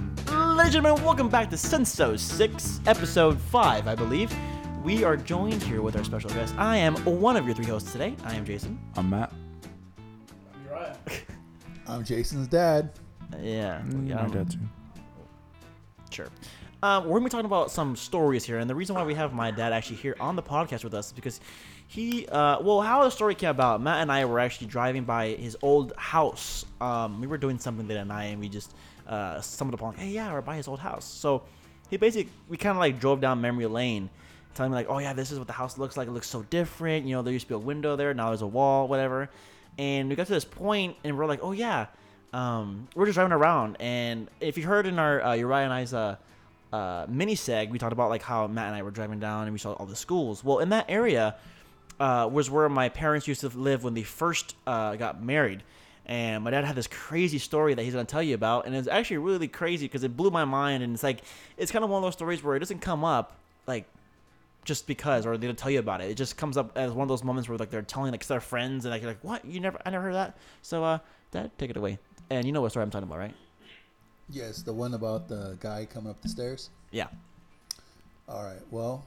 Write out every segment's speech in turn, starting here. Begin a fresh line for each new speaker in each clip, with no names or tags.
Ladies and gentlemen, welcome back to Senso 6, episode 5, I believe. We are joined here with our special guest. I am one of your three hosts today. I am Jason.
I'm Matt.
I'm Jason's dad.
Yeah.
Mm, My
um,
dad too.
Sure. Uh, we're gonna be talking about some stories here, and the reason why we have my dad actually here on the podcast with us is because he, uh, well, how the story came about. Matt and I were actually driving by his old house. Um, we were doing something that night, and we just uh, stumbled upon, hey, yeah, we're by his old house. So he basically, we kind of like drove down memory lane, telling me like, oh yeah, this is what the house looks like. It looks so different. You know, there used to be a window there, now there's a wall, whatever. And we got to this point, and we're like, oh yeah, um, we're just driving around, and if you heard in our uh, Uriah and I's uh, uh, mini seg, we talked about like how Matt and I were driving down, and we saw all the schools. Well, in that area uh, was where my parents used to live when they first uh, got married, and my dad had this crazy story that he's gonna tell you about, and it's actually really crazy because it blew my mind, and it's like it's kind of one of those stories where it doesn't come up like just because, or they don't tell you about it. It just comes up as one of those moments where like they're telling like their friends, and like you're like, "What? You never? I never heard that." So, uh, Dad, take it away. And you know what story I'm talking about, right?
Yes, the one about the guy coming up the stairs.
Yeah.
All right. Well,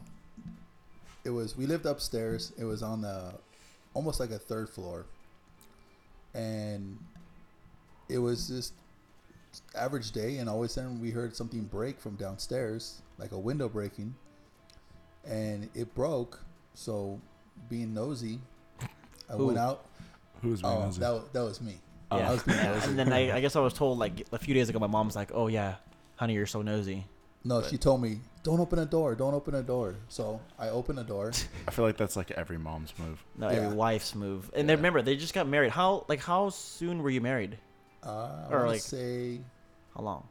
it was we lived upstairs. It was on the almost like a third floor, and it was just average day. And all of a sudden, we heard something break from downstairs, like a window breaking, and it broke. So, being nosy, I
Who? Oh.
went out.
Who's my
Oh,
cousin?
that, wa- that was me.
Yeah.
Oh, I was being nosy.
and then I, I guess I was told like a few days ago, my mom's like, "Oh yeah, honey, you're so nosy."
No, she told me, "Don't open a door. Don't open a door." So I opened a door.
I feel like that's like every mom's move.
No,
Yeah.
every wife's move. And they remember they just got married. How like how soon were you married?
Uh, I
Or,
want
like-
to say
How long?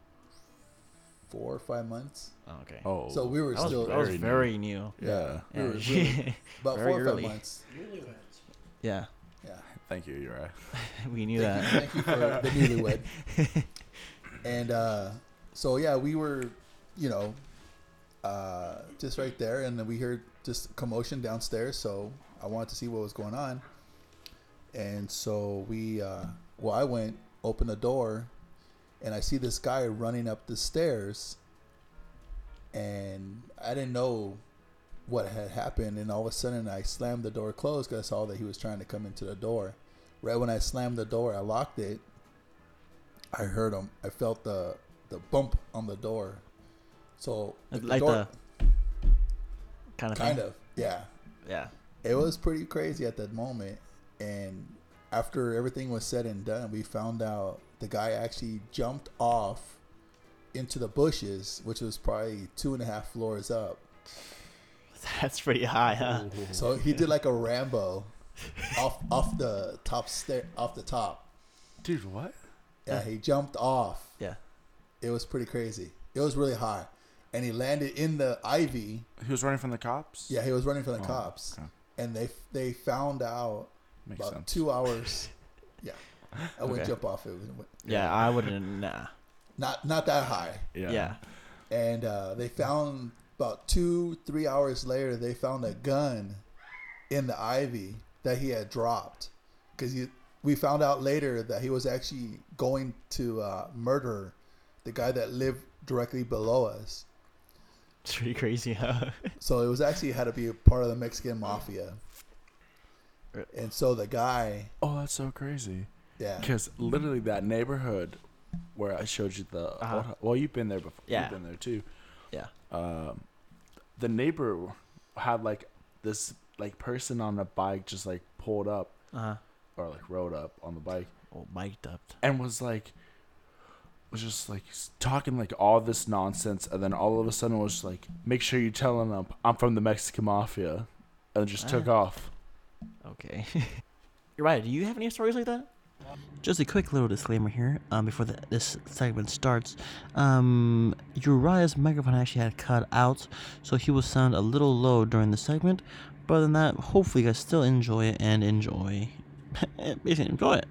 four or five months.
Oh, okay.
Oh,
So we were
that was,
still,
that was
very new.
very new.
yeah.
We were
Yeah.
really- about
very
four or
early.
five months.
yeah,
Yeah.
Thank you, Uriah.
we knew
Thank
that.
you, thank you for the newlywed. and uh, so yeah, we were, you know, uh, just right there, and then we heard just commotion downstairs. So I wanted to see what was going on, and so we, uh, well, I went, opened the door, and I see this guy running up the stairs, and I didn't know what had happened, and all of a sudden I slammed the door closed because I saw that he was trying to come into the door. Right when I slammed the door, I locked it. I heard him. I felt the the bump on the door. So
Like
door-
the kind of
kind
thing.
of yeah.
Yeah.
It was pretty crazy at that moment, and after everything was said and done, we found out the guy actually jumped off into the bushes, which was probably two and a half floors up.
That's pretty high, huh?
So he did like a Rambo off off the top stair off the top.
Dude, what?
Yeah, he jumped off.
Yeah.
It was pretty crazy. It was really high. And he landed in the ivy.
He was running from the cops?
Yeah, he was running from the cops.
okay.
And they they found out
Makes
about
sense.
two hours. yeah. I would
Okay.
jump off it. Wouldn't-
Yeah, I wouldn't. Nah.
Not not that high.
Yeah.
Yeah.
And uh, they found about two, three hours later, they found a gun in the ivy that he had dropped. Because we found out later that he was actually going to uh, murder the guy that lived directly below us.
It's pretty crazy, huh?
So it was actually had to be a part of the Mexican mafia. And so the guy,
Oh, that's so crazy.
yeah,
Because literally that neighborhood where I showed you the.
Uh-huh.
old- well, you've been there before.
Yeah.
You've been there too.
yeah.
Um, the neighbor had like this like person on a bike just like pulled up
Uh huh.
or like rode up on the bike
Oh, mic'd up.
and was like was just like s- talking like all this nonsense and then all of a sudden was like make sure you tell him I'm, I'm from the Mexican mafia and just took off
Okay. You're right. Do you have any stories like that? Just a quick little disclaimer here um, before the, this segment starts. Um, Uriah's microphone actually had cut out, so he will sound a little low during the segment. But other than that, hopefully you guys still enjoy it and enjoy. Basically, enjoy it.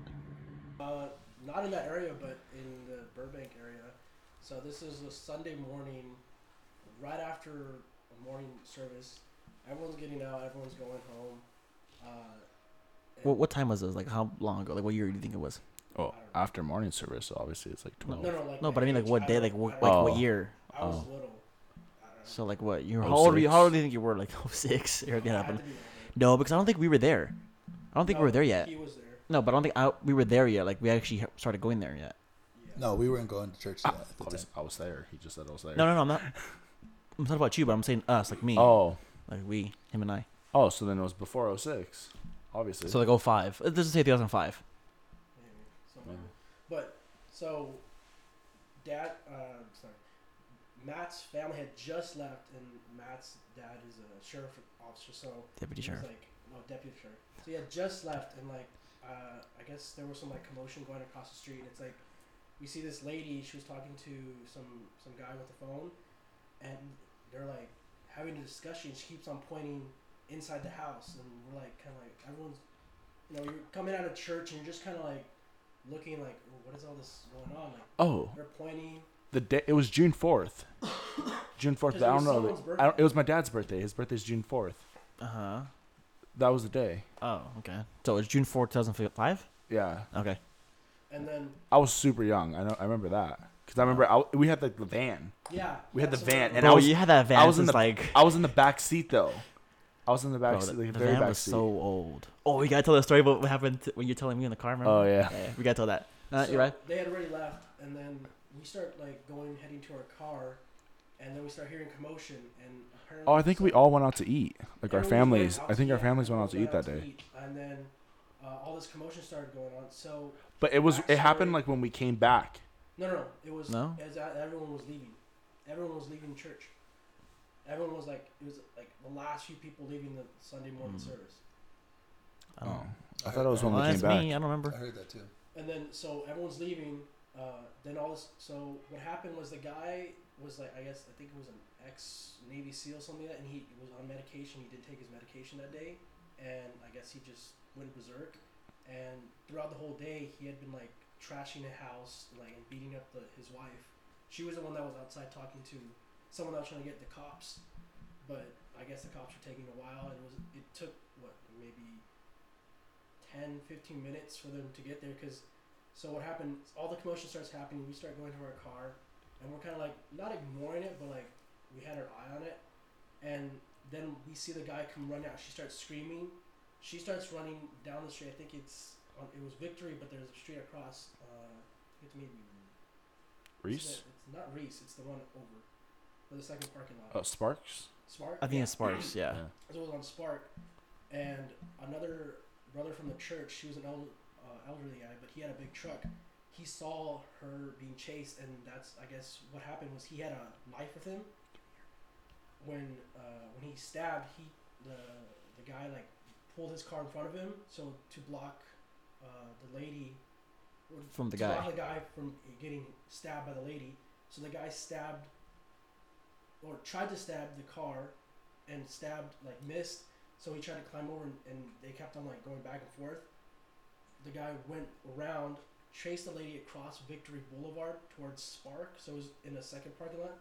Uh, not in that area, but in the Burbank area. So this is a Sunday morning, right after morning service. Everyone's getting out. Everyone's going home. Uh,
What, what time was this? Like, how long ago? Like, what year do you think it was?
oh after morning service. Obviously, it's like twelve.
No, no, like
No, but I mean like what day, like
I
what, like
was-
Oh.
what year?
I was
oh.
little. I don't know.
So like what? You how old were you? How
06?
old do you think you were? Like 06? Or
I
that
had
happened?
to be older.
No, because I don't think we were there. I don't think
No,
we were there yet.
He was there.
No, but I don't think I, we were there yet. Like we actually started going there yet.
Yeah.
No, we weren't going to church yet at the
Ah, I
time.
was, I was there. He just said I was there.
No, no, no. I'm not. I'm talking about you, but I'm saying us, like me,
Oh,
like we, him and I.
oh, so then it was before 06, obviously.
So like 05. It doesn't say 2005.
Maybe, something like that. But so, dad, uh, sorry, Matt's family had just left, and Matt's dad is a sheriff officer, so
Deputy
he was
sheriff.
like no deputy sheriff. So he had just left, and like uh, I guess there was some like commotion going across the street. It's like we see this lady; she was talking to some some guy with the phone, and they're like having a discussion. She keeps on pointing inside the house, and we're like kind of like everyone's, you know, you're coming out of church and you're just kind of like looking like, "Oh, what is all this going on? Like
oh,
they're pointing.
the day it was June 4th. June 4th. I
Because it was
don't know.
someone's
the- I don't, it was my dad's birthday. His birthday's June 4th.
Uh huh.
That was the day.
Oh, okay. So it was June 4, 2005.
Yeah,
Okay.
And then
I was super young. I know. I remember that because I remember I, we had like the van.
yeah,
We had
that's
the
what
van,
it
and
Bro,
I
was.
was-
you had that van.
I was in
since,
the-
like.
I was in the back seat though. I was in the back
Bro,
seat,
the,
like,
the
very
van
back
was
seat.
so old. Oh, you gotta tell the story about what happened to, when you're telling me in the car. Remember?
oh yeah.
yeah, yeah, we gotta tell that. Uh,
So
you're right.
They had already left, and then we start like going heading to our car, and then we start hearing commotion, and apparently.
Oh, I think we all went out to eat. Like our
everyone went
families.
out
I
to
think our
eat.
families went out to
Everyone
eat that day.
eat, and then uh, all this commotion started going on. So
But it was it happened
Backstory.
like when we came back.
no, no, no, it was
No?
as I- everyone was leaving. Everyone was leaving church. Everyone was like, it was like the last few people leaving the Sunday morning
Mm.
service.
I
Oh,
don't.
I thought it was when
Well,
we came
that's
back.
me. I don't
I
remember.
heard that too.
And then so everyone's leaving. Uh, then all this. So what happened was the guy was like, I guess I think it was an ex Navy SEAL or something like that, and he was on medication. He did take his medication that day, and I guess he just went berserk. And throughout the whole day, he had been like trashing the house, like and beating up the, his wife. She was the one that was outside talking to someone else trying to get the cops, but I guess the cops were taking a while, and it was it took what maybe 10, 15 minutes for them to get there because so what happened all the commotion starts happening we start going to our car and we're kind of like not ignoring it but like we had our eye on it and then we see the guy come running out she starts screaming she starts running down the street i think it's on, it was victory but there's a street across uh, it's maybe
Reese?
it's not reese it's the one over for the second parking lot
Uh, Sparks?
smart
I think it's Sparks. Yeah.
so it was on Spark, and another brother from the church. She was an elder, uh, elderly guy, but he had a big truck. He saw her being chased, and that's I guess what happened was he had a knife with him. When uh, when he stabbed, he the the guy like pulled his car in front of him, so to block uh, the lady or
From the
to block
guy.
the guy from getting stabbed by the lady. So the guy stabbed or tried to stab the car and stabbed like missed. So he tried to climb over and, and they kept on like going back and forth. The guy went around, chased the lady across Victory Boulevard towards Spark. So it was in a second parking lot.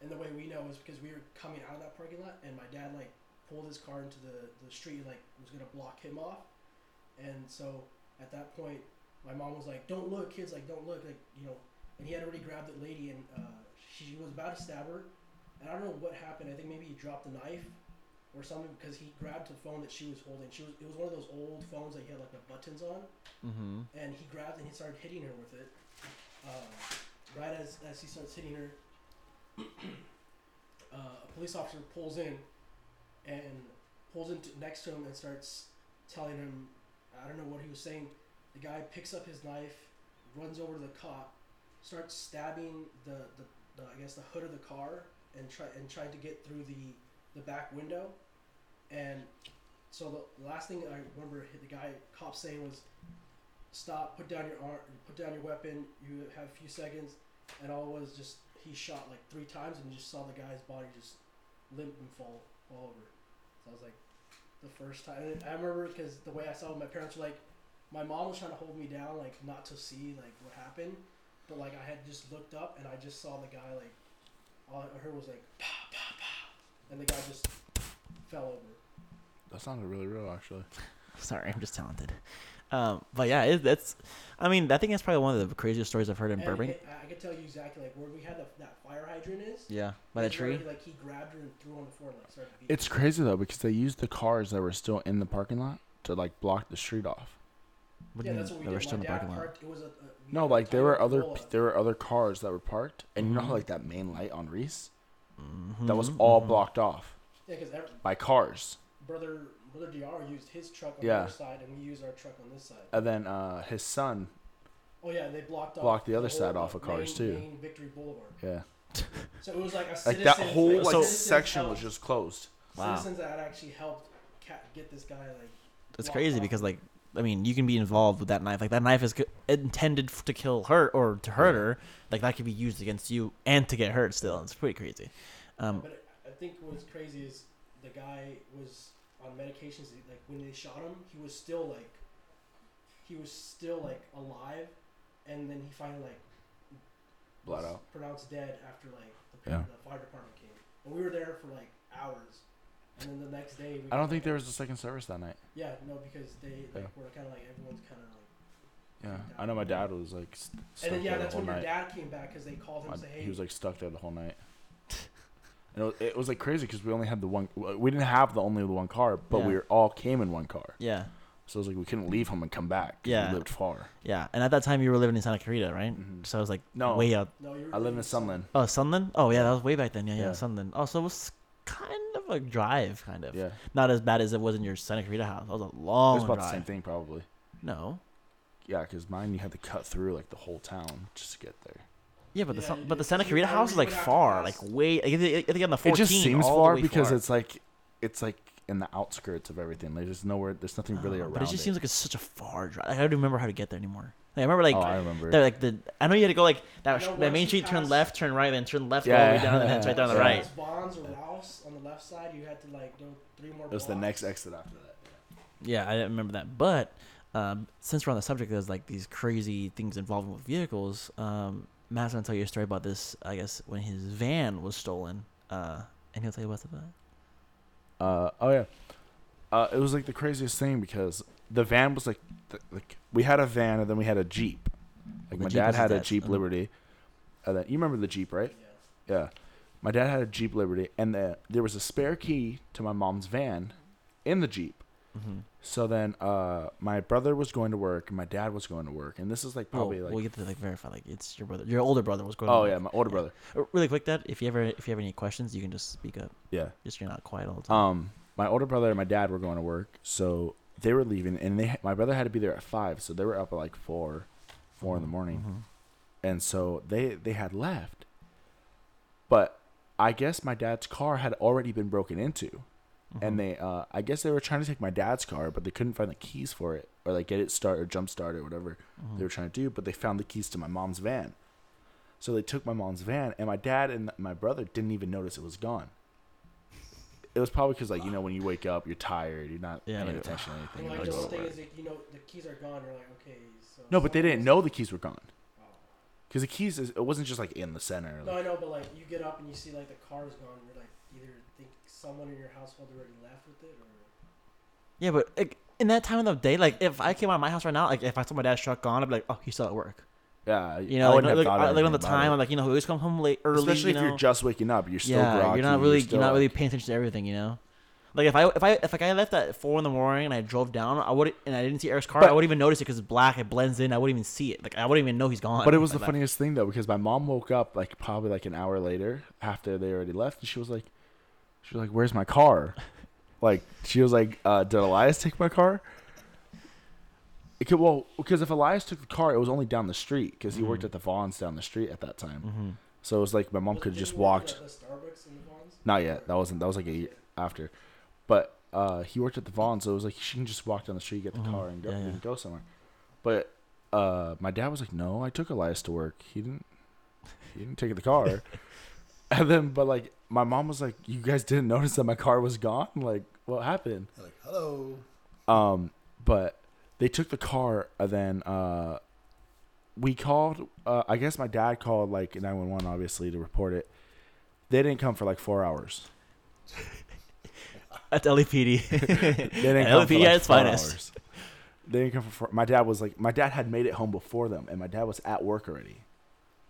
And the way we know is because we were coming out of that parking lot and my dad like pulled his car into the, the street like was gonna block him off. And so at that point my mom was like, Don't look, kids, like don't look, like you know and he had already grabbed the lady and uh, she was about to stab her and I don't know what happened. I think maybe he dropped the knife or something because he grabbed the phone that she was holding. She was it was one of those old phones that you had like the buttons on,
Mm-hmm.
and he grabbed and he started hitting her with it. Uh, right as as he starts hitting her, uh, a police officer pulls in and pulls in to- next to him and starts telling him, I don't know what he was saying. The guy picks up his knife, runs over to the cop, starts stabbing the, the, the I guess the hood of the car and try and trying to get through the the back window, and so the last thing I remember the guy cop saying was, "Stop! Put down your arm. Put down your weapon. You have a few seconds." And all it was just he shot like three times and you just saw the guy's body just limp and fall all over. So I was like, the first time and I remember because the way I saw it, my parents were like, my mom was trying to hold me down like not to see like what happened, but like I had just looked up and I just saw the guy like all I heard was like pow pow pow, and the guy just fell over.
That sounded really real actually.
Sorry, I'm just talented. Um, but yeah, it, that's. I mean, I think that's probably one of the craziest stories I've heard in
And
Burbank.
it- I, I could tell you exactly like where we had the, that fire hydrant is.
yeah, by the
that's where
tree.
he, like he grabbed her and threw her on the floor and like started beating.
It's crazy though because they used the cars that were still in the parking lot to like block the street off.
What do
yeah,
you
that's
mean
what we
they were
did.
still in
My
the
dad
parking lot?
parked- it was a- a- we
No,
had a
like there were
Toyota
other
Corolla.
there were other cars that were parked, and you know how like that main light on Reese that was
Mhm,
all
mhm.
blocked off
Yeah, because
by cars,
brother brother Dr used his truck on
Yeah.
the other side and we used our truck on this side.
and then uh, his son.
Oh yeah, they blocked off
Blocked the other
whole,
side off
like,
of cars,
main-
too.
main Victory Boulevard.
Yeah,
So it was like a
like
citizen,
that whole like
So-
section was just closed.
Wow.
citizens that had actually helped ca- get this guy like.
It's
blocked
crazy
off.
because like I mean you can be involved with that knife. Like that knife is c- intended f- to kill her or to hurt her. Like that could be used against you and to get hurt still. It's pretty crazy. Um,
But I think what's crazy is the guy was on medications. he- Like when they shot him, he was still like, he was still like alive, and then he finally like
Blood
was
out.
pronounced dead after like the,
Yeah.
the fire department came. And we were there for like hours, and then the next day. We
I don't think there was a second service that night.
Yeah, no, because they like
Yeah.
were kind of like everyone's kind of like.
Yeah, I know my dad was like. St- stuck
And then
there
yeah,
the
that's
whole
when your
night.
dad came back because they called him
My-
and said, "Hey,
He was like stuck there the whole night. and it was, it was like crazy because we only had the one. We didn't have the only the one car, but
Yeah.
we were, all came in one car.
yeah,
So it was like we couldn't leave him and come back. 'cause
Yeah.
we lived far.
yeah. And at that time you were living in Santa Clarita, right?
Mhm.
So I was like
No.
way out.
no, you're."
I live in Sunland.
Oh, Sunland. Oh yeah, that was way back then. Yeah, yeah,
Yeah.
Sunland. Oh, so it was kind of a drive, kind of.
Yeah,
Not as bad as it was in your Santa Clarita house. That was a
it
long
was about
drive.
the same thing probably.
No.
Yeah, because mine you had to cut through like the whole town just to get there.
Yeah, but the
Yeah,
Sun-
you
but
did,
the Santa
'cause you-
Clarita
I
house is like
remember that
far, like
house.
way. I think I think on the
It
14.
just seems
all the
far
way
because
far.
it's like it's like in the outskirts of everything. Like, there's nowhere. There's nothing really
Oh,
around.
But it just seems like it's such a far drive. Like, I don't remember how to get there anymore. Like, I remember like
oh, I remember.
they're like the. I know you had to go like that,
You know,
that
once
main
you
street, turn
pass-
left, turn right, then turn left all
Yeah,
the way down, and then it's
yeah,
right there on the
yeah.
right.
Bonds or Ralph's on the left side, you had to like go three more.
it was the
blocks.
next exit after that.
Yeah, I didn't remember that. But um, since we're on the subject, there's like these crazy things involving with vehicles. Um, Matt's gonna tell you a story about this. I guess when his van was stolen, uh, and he'll tell you what's about.
Uh, oh yeah. Uh, it was like the craziest thing because the van was like, th- like we had a van and then we had a jeep. Like
The
my
Jeep
dad
was his
had a
dad's,
Jeep
mhm.
Liberty, and then you remember the Jeep, right?
Yeah.
Yeah. My dad had a Jeep Liberty, and the, there was a spare key to my mom's van in the Jeep.
Mm-hmm.
So then uh, my brother was going to work, and my dad was going to work, and this is like
Oh,
probably like
we'll get to like verify. Like it's your brother, your older brother was going.
oh
to-
yeah, my older
Yeah.
brother.
Uh, Really quick, that if you ever if you have any questions, you can just speak up.
Yeah.
Just you're not quiet all the time.
Um, my older brother and my dad were going to work, so they were leaving, and they my brother had to be there at five, so they were up at like four, four in the morning,
Mhm.
and so they they had left. But I guess my dad's car had already been broken into,
Mm-hmm.
and they uh, I guess they were trying to take my dad's car, but they couldn't find the keys for it, or like get it start or jump start or whatever
Mm-hmm.
they were trying to do. But they found the keys to my mom's van, so they took my mom's van, and my dad and my brother didn't even notice it was gone. It was probably because like you know when you wake up you're tired you're not
Yeah,
paying
like,
attention to anything.
And
you're
like
like,
the
"Oh,
whole thing
whatever."
is, like, you know, the keys are gone. You're like, okay. So
no, but they didn't know the keys were gone
Oh.
because the keys is, it wasn't just like in the center.
No,
Like,
I know, but like you get up and you see like the car is gone. You're like, either think someone in your household already left with it, or
Yeah, but like, in that time of the day, like if I came out of my house right now, like if I saw my dad's truck gone, I'd be like, oh, he's still at work.
yeah,
You know,
I
like,
wouldn't have
like,
thought
I- like on
anything
the
about
time,
it.
I'm like, you know, who always come home late early.
especially
you
if
know?
you're just waking up, you're still
yeah,
groggy.
you're not really
still,
you're not really
like-
paying attention to everything, you know. Like if I if I if like I left at four in the morning and I drove down, I would and I didn't see Eric's car, I
But-
wouldn't even notice it because it's black. It blends in. I wouldn't even see it. Like I wouldn't even know he's gone.
But it was the
Like that.
funniest thing though, because my mom woke up like probably like an hour later after they already left, and she was like, she was like, "Where's my car?" Like she was like, uh, "Did Elias take my car?" It could, well, because if Elias took the car, it was only down the street because he worked at the Vaughn's down the street at that time.
Mhm.
So it was like my mom could have
Did
just
you work
walked.
at The Starbucks in Oh, the Vons?
Not yet. That wasn't. That was like a year after. But uh, he worked at the Vaughn, so it was like she can just walk down the street, get the car, and go,
Mm-hmm. Yeah, yeah.
and go somewhere. But uh, my dad was like, "No, I took Elias to work. He didn't. He didn't take the car." and then, but like my mom was like, "You guys didn't notice that my car was gone? Like, what happened?"
They're like, hello.
Um, but they took the car, and then uh, we called. Uh, I guess my dad called like nine one one, obviously, to report it. They didn't come for like four hours.
That's LAPD.
They didn't
E Yeah,
come
LAPD
for
at
like
its
four
finest.
hours. They didn't come from. Fro- My dad was like, my dad had made it home before them, and my dad was at work already.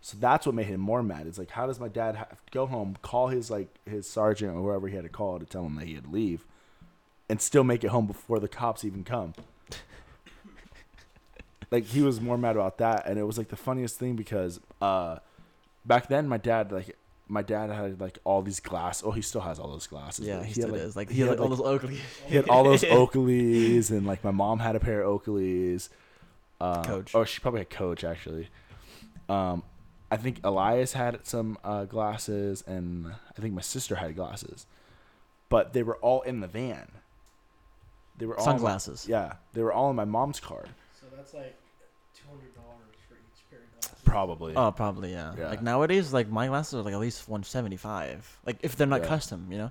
So that's what made him more mad. It's like, how does my dad have to go home, call his like his sergeant or whoever he had to call to tell him that he had to leave, and still make it home before the cops even come? like he was more mad about that, and it was like the funniest thing because uh, back then my dad like my dad had like all these glass. Oh, he still has all those glasses.
Yeah,
but
he, still
had,
is. Like he, had like, all those ugly
he had all those Oakleys, and like my mom had a pair of Oakleys. Uh,
Coach.
Oh, she probably had Coach actually. Um, I think Elias had some uh, glasses, and I think my sister had glasses, but they were all in the van. They were all in my-
sunglasses.
yeah, they were all in my mom's car.
So that's like two hundred dollars for each pair of glasses.
Probably.
Oh, probably yeah.
Yeah.
Like nowadays, like my glasses are like at least one seventy five. Like if they're not
Yeah.
custom, you know.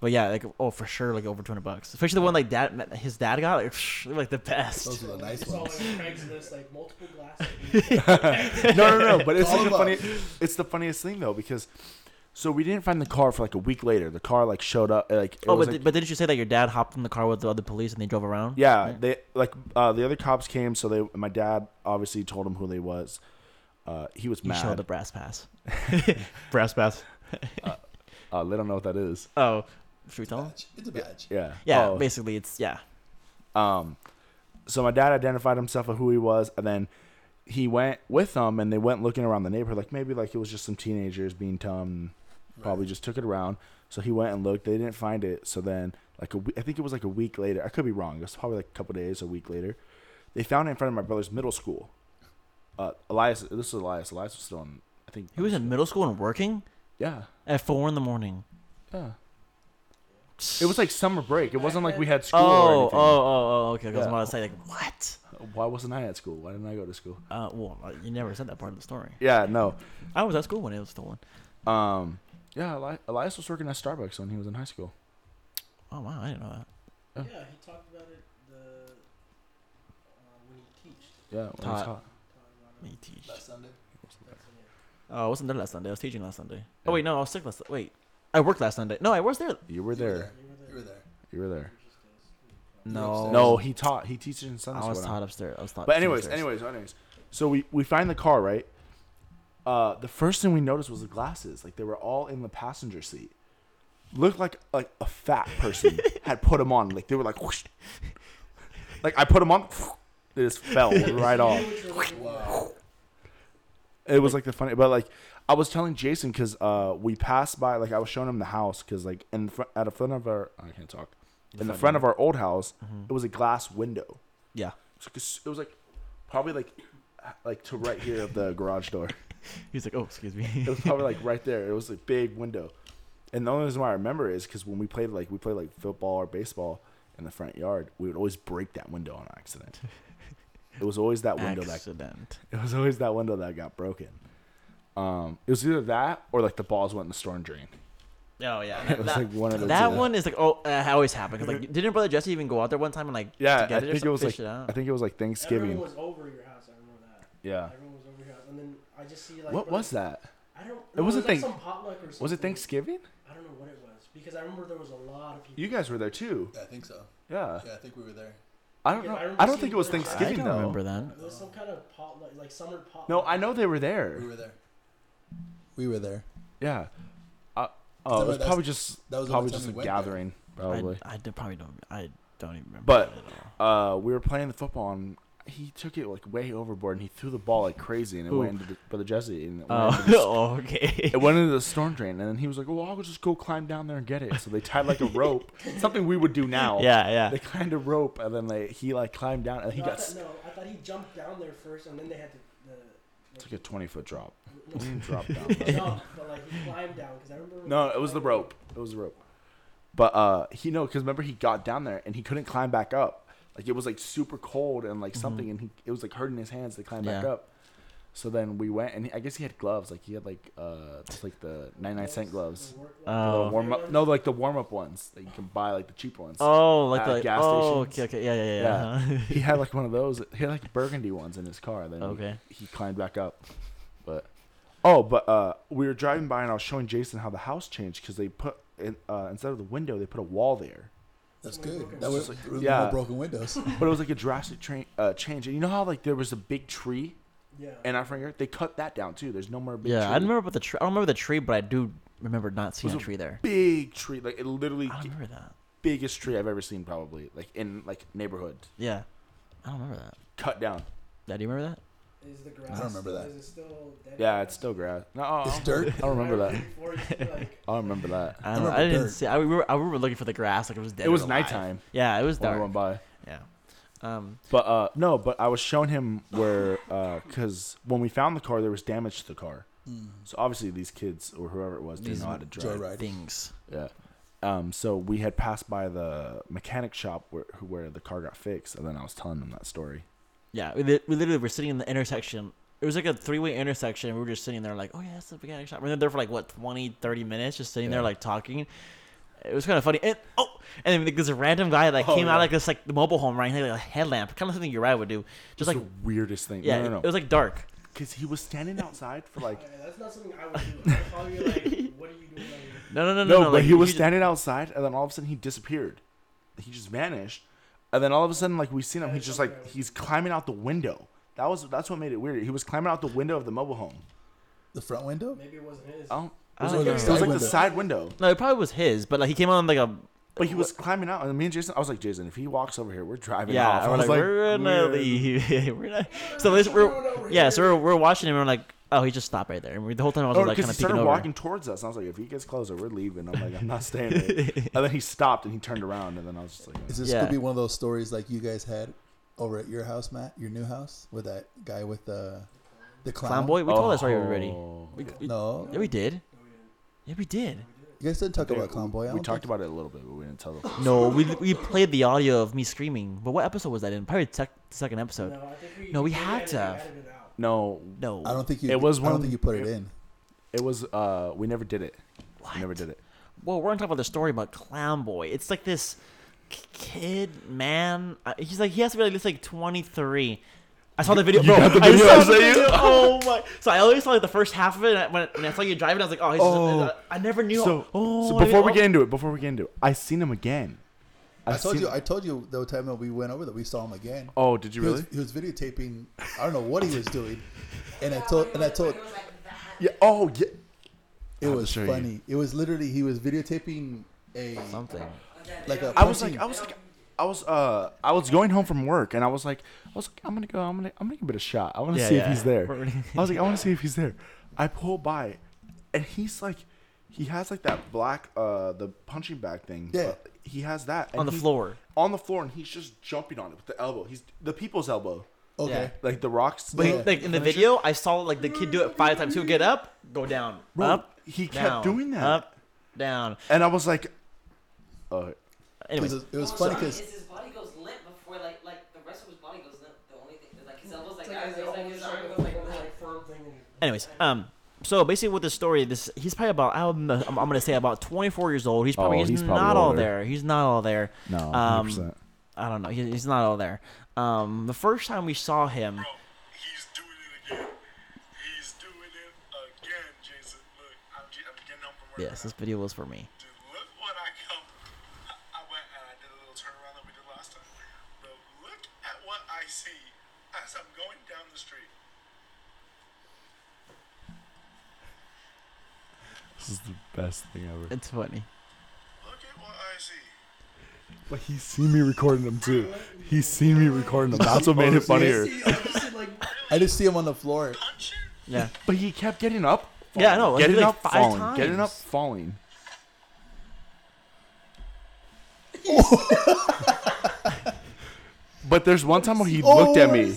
But yeah, like oh for sure, like over two hundred bucks. Especially the one like dad, his dad got. Like, they're like the best.
Those are the nice
It's all
ones.
like Craigslist, like multiple glasses.
no, no, no. But it's
All
like the
of
funny.
us.
It's the funniest thing though because, so we didn't find the car for like a week later. The car like showed up. Like it
Oh,
was,
but,
like,
but didn't you say that your dad hopped in the car with the other police and they drove around?
Yeah,
Right.
they like uh, the other cops came, so they my dad obviously told him who they was. Uh, he was
You showed
mad.
the brass pass. brass pass.
Uh, they don't know what that is.
Oh, should we tell him?
Badge. It's a badge.
Yeah.
Yeah,
Oh,
basically it's yeah.
um, so my dad identified himself of who he was, and then he went with them, and they went looking around the neighborhood, like maybe like it was just some teenagers being dumb, probably just took it around. So he went and looked. They didn't find it. So then, like a we- I think it was like a week later. I could be wrong. It was probably like a couple days, a week later. They found it in front of my brother's middle school. Uh, Elias, this is Elias. Elias was still in. I think
He was in middle school and working
Yeah.
at four in the morning.
Yeah. It was like summer break. It wasn't like we had school or
Oh, oh,
anything.
oh, oh, okay. 'cause I was
Yeah.
about to say like what?
Why wasn't I at school? Why didn't I go to school?
Uh, well, uh, you never said that part of the story.
Yeah, no.
I was at school when it was stolen.
Um, yeah, Eli- Elias was working at Starbucks when he was in high school.
Oh wow, I didn't know that.
yeah,
Yeah.
he talked about it the uh, when he teached.
Yeah, when he was
Hot.
hot.
Talking about
Me
it.
teach.
Last Sunday.
That's when he-
Oh, I wasn't there last Sunday. I was teaching last Sunday.
Yeah.
Oh wait, no, I was sick last. Wait, I worked last Sunday. No, I was there.
You were
You were
there.
You were there.
You were there.
You were there.
Just a-
No,
upstairs.
No, he taught. He teaches in Sunday
I
school.
was
now.
taught upstairs. I was taught.
But anyways,
upstairs.
anyways, anyways. So we we find the car right. Uh, the first thing we noticed was the glasses. Like they were all in the passenger seat. Looked like like a fat person had put them on. Like they were like, whoosh. like I put them on. They just fell right off.
Wow.
It was like the funny, but like I was telling Jason because uh we passed by, like I was showing him the house because like in front at the front of our I can't talk in the front Mm-hmm. of our old house it was a glass window.
Yeah,
It was, like, a s- it was like probably like like to right here of the garage door.
he's like, oh, excuse
It
me.
was probably like right there. It was a big window, and the only reason why I remember is because when we played like we played like football or baseball in the front yard, we would always break that window on accident. It was always that window that
Accident.
it was always that window that got broken. Um, it was either that or like the balls went in the storm drain.
Oh yeah,
It was
that,
like one of the
that
two.
one is like oh, uh, always happens. Like, didn't your brother Jesse even go out there one time and like
Yeah,
to
I
get it or
think it
some-
was
fish
like
it out?
I think it was like Thanksgiving.
Everyone was over your house. I remember that.
Yeah.
Everyone was over your house, and then I just see like.
What
when-
was that?
I don't.
It wasn't
like
thank-
some potluck or something.
Was it Thanksgiving?
I don't know what it was because I remember there was a lot of people.
You guys were there too.
Yeah, I think so.
Yeah.
Yeah, I think we were there.
I don't
Yeah,
know.
I remember
I don't think
seeing
it was
pictures.
I
Thanksgiving
don't
though.
remember that.
It was some kind of potluck, like summer potluck.
No, I know they were
We
there.
were there. We were there.
Yeah. Uh, oh, it was
That's-
probably just
that was the
probably
only time
just a
we went there.
gathering, probably.
I, I d- probably don't. I don't even remember.
But-
that at all.
Uh, we were playing the football and he took it like way overboard and he threw the ball like crazy and it
Who?
went into the, brother Jesse and it went into
Oh,
the
okay.
It went into the storm drain, and then he was like, "Well, I'll just go climb down there and get it." So they tied like a rope, something we would do now.
Yeah,
They climbed a rope, and then they he like climbed down, and he
No, I
got
thought,
s-
no, I thought he jumped down there first, and then they had to. The,
it's like a twenty foot drop.
no,
drop down.
he jumped, but like he climbed down because I remember.
No, it was the rope. It was the rope. But uh, he no, because remember he got down there and he couldn't climb back up. Like it was like super cold and like something, and he it was like hurting his hands to climb back
Mm-hmm. Yeah.
up. So then we went, and he, I guess he had gloves. Like he had like uh, just like the ninety nine cent gloves. The
Oh.
warm up, no, like the warm up ones that you can buy, like the cheap ones.
Oh, like
At
the
gas
oh, okay,
stations.
okay, yeah, yeah,
Yeah.
yeah. uh-huh.
he had like one of those. He had like burgundy ones in his car. Then he-
Okay.
he, climbed back up. But oh, but uh, we were driving by and I was showing Jason how the house changed because they put in, uh, instead of the window they put a wall there,
That's
Somebody
good.
broke
That
it.
was
Yeah.
more broken windows.
But it was like a drastic tra- uh, change. And you know how like there was a big tree
Yeah.
in our front yard? They cut that down too. There's no more big
Yeah,
tree.
I don't remember about the tree. I don't remember the tree, but I do remember not seeing
Was
a
it-
tree there.
Big tree. Like it literally
I don't remember that.
biggest tree I've ever seen probably. Like in like neighborhood.
Yeah, I don't remember that.
Cut down.
Yeah, do you remember that?
Is the grass?
don't remember that.
Is it still dead?
Yeah, it's still grass. No, I
It's
don't-
dirt.
I don't remember that.
Before you feel like,
I don't remember that.
I, don't know.
remember
I didn't
dirt.
see. I remember, I remember looking for the grass like it was dead.
It was
or alive.
nighttime
Yeah, it was
when I
dark.
went by.
Yeah. Um.
But uh, no, but I was showing him where because when we found the car, there was damage to the car.
Hmm.
So obviously these kids or whoever it was didn't know how to drive.
Joyride.
Things.
Yeah. Um, so we had passed by the mechanic shop where who- where the car got fixed, and then I was telling him that story.
Yeah, we, li- we literally were sitting in the intersection. It was like a three-way intersection. And we were just sitting there like, oh yeah, that's the mechanic shop. We were there for like what 20, 30 minutes, just sitting there
Yeah.
like talking. It was kind of funny. And oh, and then this random guy like
Oh,
came out
yeah.
like this like the mobile home right, and he had like a headlamp, kind of something your ride would do. Just like
It's the weirdest thing.
yeah,
no,
it-
no,
It, was like dark.
because he was standing outside for like.
"Oh, yeah, that's not something I would do. I'd probably be like, what are you doing? out here?"
No, no, no,
No,
no. no,
but
like,
he was
you just-
standing outside, and then all of a sudden he disappeared. He just vanished, and then all of a sudden, like we seen him, he's just like he's climbing out the window. That was that's what made it weird. He was climbing out the window of the mobile home.
The front window?
Maybe it wasn't his.
I
I
don't- Oh, it was
Oh,
don't
like,
know.
it was like the
Window.
side window.
No, it probably was his, but like he came on like a.
But he was climbing out, and me and Jason, I was like, Jason, if he walks over here, we're driving
Yeah,
off. I
we're
was
like, we're gonna
weird.
leave. we're not. So this, we're yeah, so we're, we're watching him and we're like, oh, he just stopped right there. And we, the whole time I was
Oh,
like kind
because he
of peeking
started
over.
walking towards us, and I was like, if he gets closer, we're leaving. I'm like, I'm not staying. There. and then he stopped, and he turned around, and then I was just like,
Is this
Yeah.
could be one of those stories like you guys had over at your house, Matt, your new house, with that guy with the the clown?
Clown boy, we told that story
Oh.
already. We, we-
No,
Yeah, we did.
No, we didn't.
Yeah, we did.
you guys didn't talk
There-
about clown boy. I
We
don't
talked
think-
about it a little bit, but we didn't tell them.
No, we we played the audio of me screaming. But what episode was that in? Probably the second episode.
No, I think we.
No, we
maybe
had
edited-
to have-
edited it out.
No,
No.
I don't think you.
It was
I don't
one-
think you put it in.
it was. Uh, we never did it.
What?
We never did it.
Well, we're gonna talk about the story about Clown Boy. It's like this k- kid man. uh, He's like he has to be like this like 23. I saw the video, bro.
got the
I
video,
saw the
I see it.
video. Oh my! So I only saw like the first half of it. And I, when, when I saw you driving, I was like, "Oh, he's
Oh.
Just, I never knew."
So,
oh,
so
I
before
didn't-
we
oh.
get into it, before we get into it, I seen him again.
I told
seen-
you. I told you the time that we went over that we saw him again.
oh, did you
he
really?
was, he was videotaping. I don't know what he was doing, and I told and I told
Yeah. Oh, yeah.
it
I'll
was
show you.
funny. It was literally he was videotaping a
something,
like a
I was like,
punching-
I was like, I was uh, I was going home from work, and I was like, I was like, I'm gonna go, I'm gonna, I'm gonna give it a shot. I want to
Yeah,
see if
yeah.
he's there.
We're-
I was like, I want to see if he's there. I pull by, and he's like, he has like that black uh, the punching bag thing.
Yeah.
but he has that and
On the
he-
floor.
On the floor, and he's just jumping on it with the elbow. He's the people's elbow,
okay.
like the rocks.
But he-
uh,
like in the
furniture.
video, I saw like the kid do it five times. He'll get up, go down,
Bro,
up.
he kept
down,
doing that.
Up, down.
and I was like, uh,
It
Anyways,
was, it was funny
Only
because
is his body goes limp before like like the rest of his body goes limp. The only thing is like his elbows like,
It's like,
out,
his
it's like
elbows
his
are
arm
like
goes
a little,
like that.
like, firm thing and-
anyways, um, so basically with the story, this he's probably about I'm, I'm gonna say about 24 years old. He's probably,
Oh,
he's,
he's probably
not all
older.
there. He's not all there.
no,
Um, I don't know. He, he's not all there. Um, the first time we saw him,
Bro, he's doing it again. He's doing it again, Jason. Look, I'm, ge- I'm getting home from work.
yes, this
right now.
video was for me.
Dude, look what I come. I, I went and I did a little turnaround that we did last time. Bro, look at what I see as I'm going down the street.
this is the best thing ever.
It's funny.
Look at what I see.
But he's seen me recording them too. He's seen me recording them. That's what made it funnier.
See, I just said, like,
I just see him on the floor.
Punching?
Yeah.
But he kept getting up.
Yeah, I know. Like,
Getting
like
up,
five
falling. Getting up,
times.
falling. but there's one time where he
Oh,
looked at me.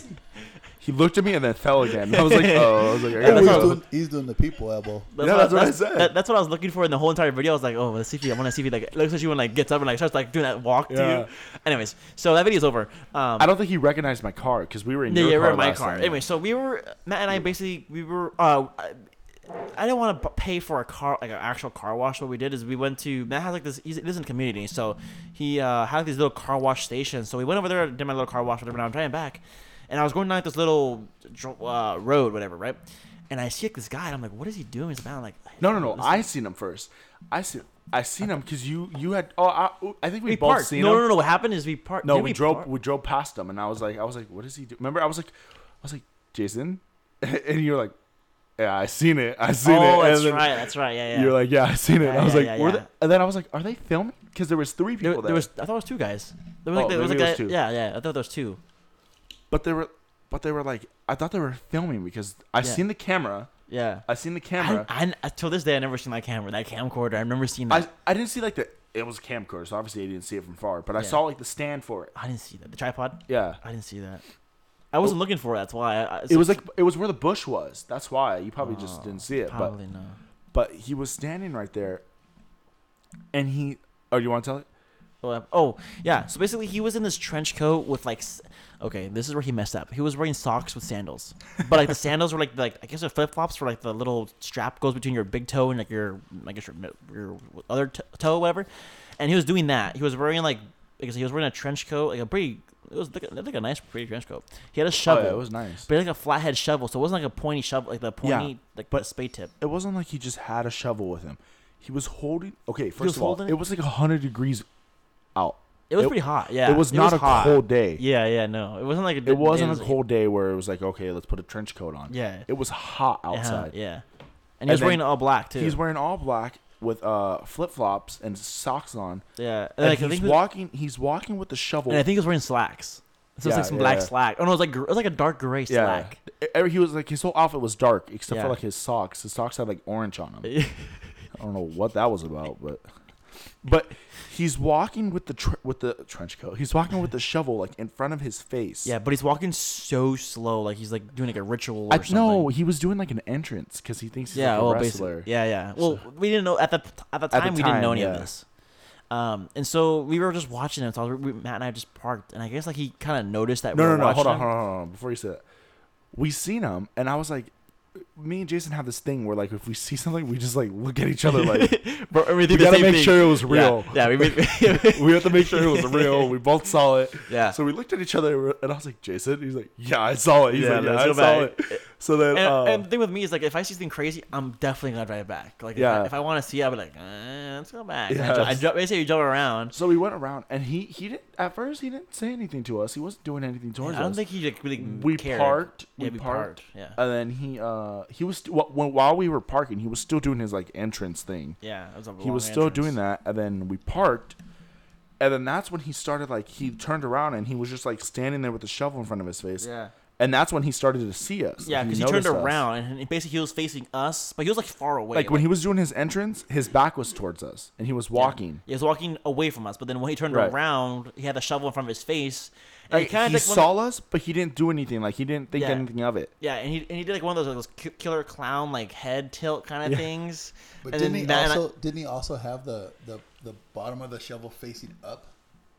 He looked at me and then fell again. I was like, oh, I was like, I
Oh,
gotta
he's,
how-
go.
doing, he's doing the people elbow.
Yeah, that's what I said.
that's what I was looking for in the whole entire video. I was like, oh, let's see if he, I want to see if he like looks at you and like gets up and like starts like doing that walk
Yeah.
to you. Anyways, so that video's over. Um,
I don't think he recognized my car because we were in
Yeah,
your
yeah,
car
we're in my
last
car.
time.
Anyway, so we were Matt and I basically we were. Uh, I, I didn't want to pay for a car like an actual car wash. What we did is we went to Matt has like this. He's, he lives in community, so he uh, had these little car wash stations. So we went over there, did my little car wash, whatever. And I'm driving back, and I was going down like, this little dr- uh, road, whatever, right? And I see like, this guy, and I'm like, what is he doing? He's about like
No, no, no.
this-
I seen him first. I see. I seen him because you you had. Oh, I, I think we,
We
both
parked.
seen
No,
him.
no, no. What happened is we parked.
No,
didn't
we, drove
park?
we drove past them, and I was like, I was like, what is he do? Remember, I was like, I was like, Jason, and you're like, yeah, I seen it, I seen it.
oh,
and
that's
then
right. That's right. Yeah, yeah.
You're like, yeah, I seen it.
Yeah,
and I was
yeah,
like,
yeah,
were
yeah.
they- and then I was like, are they filming? Because there was three people
there,
there,
there was. I thought it was two guys. There was
Oh,
like, there was like
maybe it was
a-
two.
Yeah, yeah. I thought there was two.
but they were, but they were like, I thought they were filming because I
Yeah.
seen the camera,
Yeah.
I seen the
I,
camera, I,
I, till this day, I never seen that camera, that camcorder. I remember seeing
I,
that.
didn't see like the it was a camcorder, so obviously I didn't see it from far, but I
Yeah.
saw like the stand for it.
I, didn't see that. The tripod.
Yeah,
I didn't see that. I wasn't looking for it. That's why. I, I,
Oh. it was like it was where the bush was. That's why you probably just
Oh,
didn't see it, but.
Probably no.
but he was standing right there, and he. Oh, you want to tell it?
Well, Oh yeah. So basically, he was in this trench coat with like, s- okay, this is where he messed up. He was wearing socks with sandals, but like the sandals were like like I guess they're flip flops where like the little strap goes between your big toe and like your I guess your, mi- your other t- toe whatever, and he was doing that. He was wearing like because he was wearing a trench coat like a pretty it was like a, like a nice pretty trench coat. He had a shovel.
Oh, yeah, it was nice.
But he had, like a flathead shovel, so it wasn't like a pointy shovel, like the pointy, like but spade tip.
It wasn't like he just had a shovel with him. He was holding. Okay, first
was
of all,
holding
it was like hundred degrees out.
It was pretty hot. Yeah,
It was not a
hot.
cold day.
Yeah, yeah, no, it wasn't like a,
It wasn't
was
a
like-
cold day where it was like, okay, let's put a trench coat on.
Yeah.
It was hot outside.
Uh-huh, Yeah, yeah. And he was
then
wearing all black too.
He's wearing all black with uh flip flops and socks on.
yeah, and,
And
like, I
he's
think he was-
walking. He's walking with the shovel.
and I think he was wearing slacks. So it's
Yeah,
like some
yeah,
black
yeah.
slack. Oh no, it was like gr- it was like a dark gray
yeah.
slack.
E- He was like his whole outfit was dark except
Yeah.
for like his socks. His socks had like orange on them. I don't know what that was about, but but he's walking with the tr- with the trench coat. He's walking with the shovel like in front of his face.
yeah, but he's walking so slow, like he's like doing like a ritual. Or
I,
something.
no, he was doing like an entrance because he thinks he's
yeah,
like a
well,
wrestler.
basically, yeah, yeah. Well, we didn't know at the at the
the
time we didn't know
time,
any of
yeah.
this, um, and so we were just watching him. So I was, we, Matt and I just parked, and I guess like he kind of noticed that. we
No,
were
no, no. Hold
watching
on,
him.
hold on, hold on. Before you say that, we seen him, and I was like, me and Jason have this thing where like if we see something, we just like look at each other like
Bro, and we did the
We gotta
same
make
thing.
sure it was real.
Yeah, yeah we made,
we have to make sure it was real. We both saw it.
Yeah.
So we looked at each other, and I was like, Jason. He's like, Yeah, I saw it. He's
Yeah,
like, Yeah,
let's
I
go
saw
back.
it. So then,
and,
um,
and the thing with me is like if I see something crazy, I'm definitely gonna drive back. Like if I,
Yeah.
if I want to see, it, I'll be like, eh, let's go back. And I,
Yeah.
ju- I ju- basically you jump around.
So we went around, and he he didn't at first he didn't say anything to us. He wasn't doing anything
I
towards us.
don't think he like, really
we
cared.
parked.
Yeah,
we parked.
Yeah,
And then he uh he was st- wh- wh- while we were parking, he was still doing his like entrance thing.
yeah. It was a
He
long
was still
entrance.
doing that, and then we parked, and then that's when he started like he turned around and he was just like standing there with the shovel in front of his face.
Yeah.
And that's when he started to see us.
Yeah,
like,
because he, turned
noticed us.
around and he- basically he was facing us, but he was like far away.
Like when he was doing his entrance, his back was towards us, and he was walking.
he was walking away from us, but then when he turned
Right.
around, he had the shovel in front of his face, and
Like,
he kind of
he saw us, but he didn't do anything. Like he didn't think
Yeah.
anything of it.
Yeah, and he and he did like one of those, like, those ki- killer clown like head tilt kind of things.
But
and
didn't
then
he
that- and I-
also didn't he also have the, the, the bottom of the shovel facing up?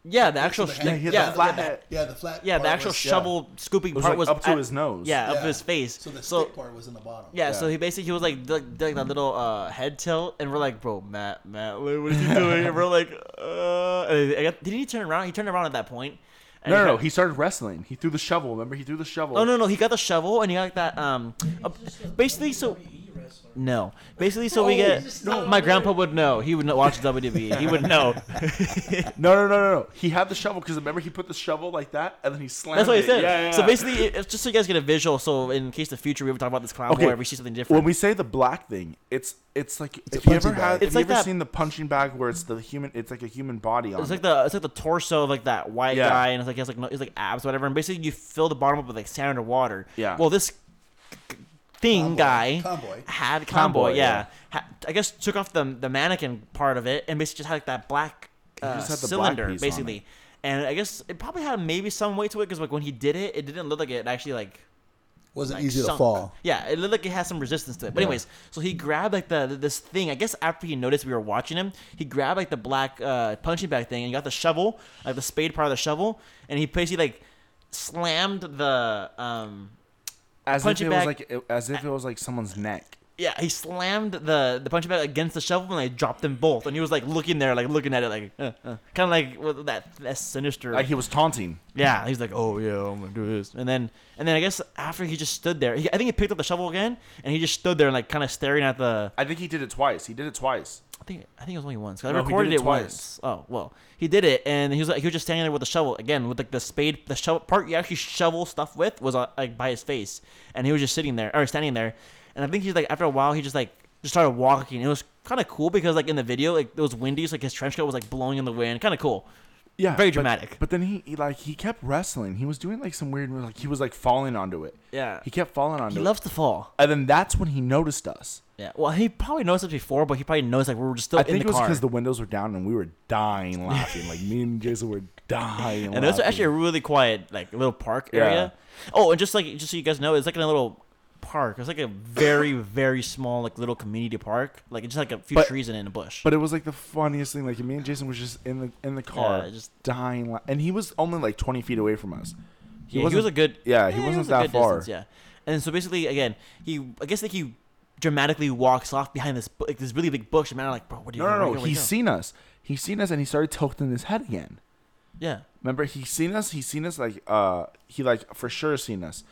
yeah, the actual sh-
Yeah, he
yeah,
had
the
yeah,
flat head.
Yeah, the flat.
yeah, the
part
actual
was-
shovel scooping
It was,
part
like,
was
up to
at-
his nose.
Yeah, up
yeah.
to his face.
So the stick part was in the bottom.
yeah, so
Yeah.
he basically he was like doing doing that little uh, head tilt, and we're like, bro, Matt, Matt, what what is he doing? and we're like, uh, and I got, did he turn around? He turned around at that point. and
No, no,
kinda-
no. He started wrestling. He threw the shovel. Remember, he threw the shovel.
Oh no no he got the shovel and he got like that um uh, basically so
WWE wrestler.
no basically so we get my grandpa would know he would not watch WWE he would know
no, no, no, no, no. He had the shovel because remember he put the shovel like that and then he slammed.
That's what he
it.
said.
Yeah, yeah,
So
yeah.
basically, it, it's just so you guys get a visual. So in case the future we ever talk about this clown
Okay.
boy, if we see something different.
when we say the black thing, it's it's like
a
if you
punching
ever had,
bag.
It's
have
like
you ever
that-
seen the punching bag where it's the human? It's like a human body on.
it's like
it.
the it's like the torso of like that white
Yeah.
guy, and it's like he has like no, he's like abs, whatever. And basically, you fill the bottom up with like sand or water.
Yeah.
Well, this c- thing
Convoy.
guy
Convoy.
had
Convoy,
convoy, yeah.
yeah.
Ha- I guess took off the the mannequin part of it, and basically just had like that black uh,
just had the black
cylinder,
piece on it.
basically. And I guess it probably had maybe some weight to it because like when he did it, it didn't look like it actually like
wasn't
like,
easy to
sunk.
fall.
Yeah, it looked like it had some resistance to it. But anyways, so he grabbed like the this thing. I guess after he noticed we were watching him, he grabbed like the black uh, punching bag thing and he got the shovel, like the spade part of the shovel, and he basically like slammed the um
as if
punching
it
bag-
was like it- as if it was like someone's neck.
yeah he slammed the the punching bag against the shovel and they dropped them both. And he was like looking there, like looking at it, like uh, uh, kind of like with that that sinister
Like he was taunting.
Yeah, he's like, oh yeah, I'm gonna do this, and then and then I guess after he just stood there, he, I think he picked up the shovel again, and he just stood there and like kind of staring at the.
I think he did it twice. He did it twice.
I think I think it was only once. 'cause I
No, he did
recorded
it
it, once.
twice.
Oh well, he did it, and he was like he was just standing there with the shovel again with like the spade, the shovel part you actually shovel stuff with was uh, like by his face, and he was just sitting there or standing there, and I think he's like after a while he just like just started walking. It was kind of cool because like in the video like it was windy, so like his trench coat was like blowing in the wind, kind of cool.
Yeah,
Very
but-
dramatic.
But, then he, he like he kept wrestling. He was doing like some weird like he was like falling onto it.
Yeah.
He kept falling onto
He
it.
loves to fall.
and then that's when he noticed us.
Yeah. Well, he probably noticed us before, but he probably knows like we were just still
I
in
think
the
it was
car.
because the windows were down and we were dying laughing. like me and Jason were dying.
and it's
laughing.
actually a really quiet like little park area. Oh, and just like just so you guys know, it's like in a little park. It's like a very very small like little community park. Like it's just like a few
But-
trees and in a bush.
But it was like the funniest thing. Like me and Jason was just in the in the car,
Yeah, just-
dying, la- and he was only like twenty feet away from us.
Yeah, he, was a
wasn't-
good
Yeah, he
eh,
wasn't
was a
that
good
far.
Distance, yeah. And so basically, again, he I guess like he dramatically walks off behind this bu- like this really big bush. And man, I'm like, bro, what are you?
No,
where are
no,
you
no.
going?
He's
Where
seen us. He's seen us, and he started tilting his head again.
you going?
Remember, he's seen us. He's seen us. Like, uh, he like for sure seen us,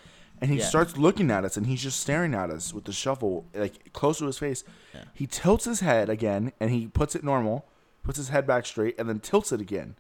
and he
Yeah.
starts looking at us, and he's just staring at us with the shovel like close to his face.
Yeah.
He tilts his head again, and he puts it normal, puts his head back straight, and then tilts it again.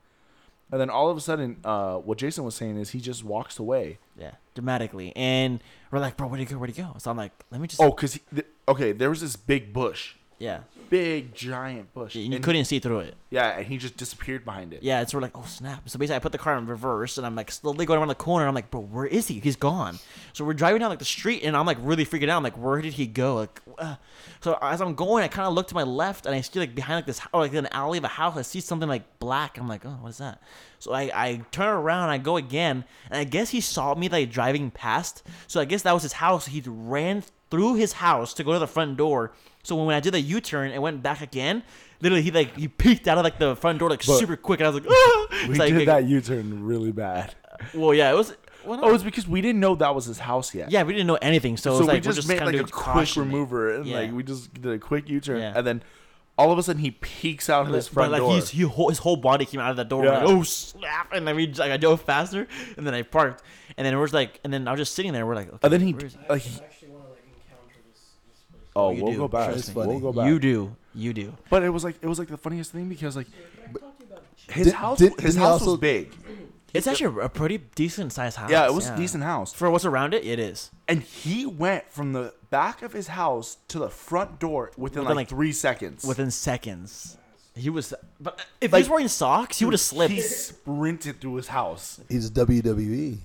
And then all of a sudden, uh, what Jason was saying is he just walks away.
yeah, yeah, dramatically. And we're like, bro, where do you go? Where do you go? So I'm like, let me just.
Oh, cause he, th- okay, there was this big bush,
yeah,
big giant bush.
you
and-
couldn't see through it.
Yeah, and he just disappeared behind it.
Yeah, it's sort of like, oh snap. So basically, I put the car in reverse, and I'm like slowly going around the corner. I'm like, bro, where is he? He's gone. So we're driving down like the street, and I'm like really freaking out. I'm like, where did he go? Like, uh. so as I'm going, I kind of look to my left, and I see like behind like this, or like an alley of a house. I see something like black. I'm like, oh, what is that? So I I turn around, I go again, and I guess he saw me like driving past. So I guess that was his house. He ran through his house to go to the front door. So when I did the U-turn and went back again, literally he like he peeked out of like the front door like
But-
super quick, and I was like, ah!
We
It's like,
did that U turn really bad.
Well, yeah, it was. Well, no.
Oh, it's because we didn't know that was his house yet.
yeah, we didn't know anything, so, it
So,
was
we
like
just,
we're just
made
kind
like a
of
quick remover and
Yeah.
like we just did a quick U turn
Yeah.
and then all of a sudden he peeks out of his front
but like
door.
he's he whole, his whole body came out of that door.
Yeah.
Like, oh snap! And then we just, like I drove faster, and then I parked, and then we're just like, and then I was just sitting there. We're like, okay,
and then he
where is it?
like
I
he,
actually want to like encounter this, this person.
oh
you
we'll
do.
go back.
Trust
me.
We'll go back.
you do, you do.
But it was like it was like the funniest thing because like
Can I talk to you about
his
Did-
house
did-
his
didn't he
house
also-
was big.
It's actually a pretty decent sized house.
Yeah, it was a decent house.
for what's around it. It is.
And he went from the back of his house to the front door within,
Within,
like,
like,
three seconds.
within seconds. He was, but if he
Like-
was wearing socks, he would have slipped.
He sprinted through his house.
He's E. WWE.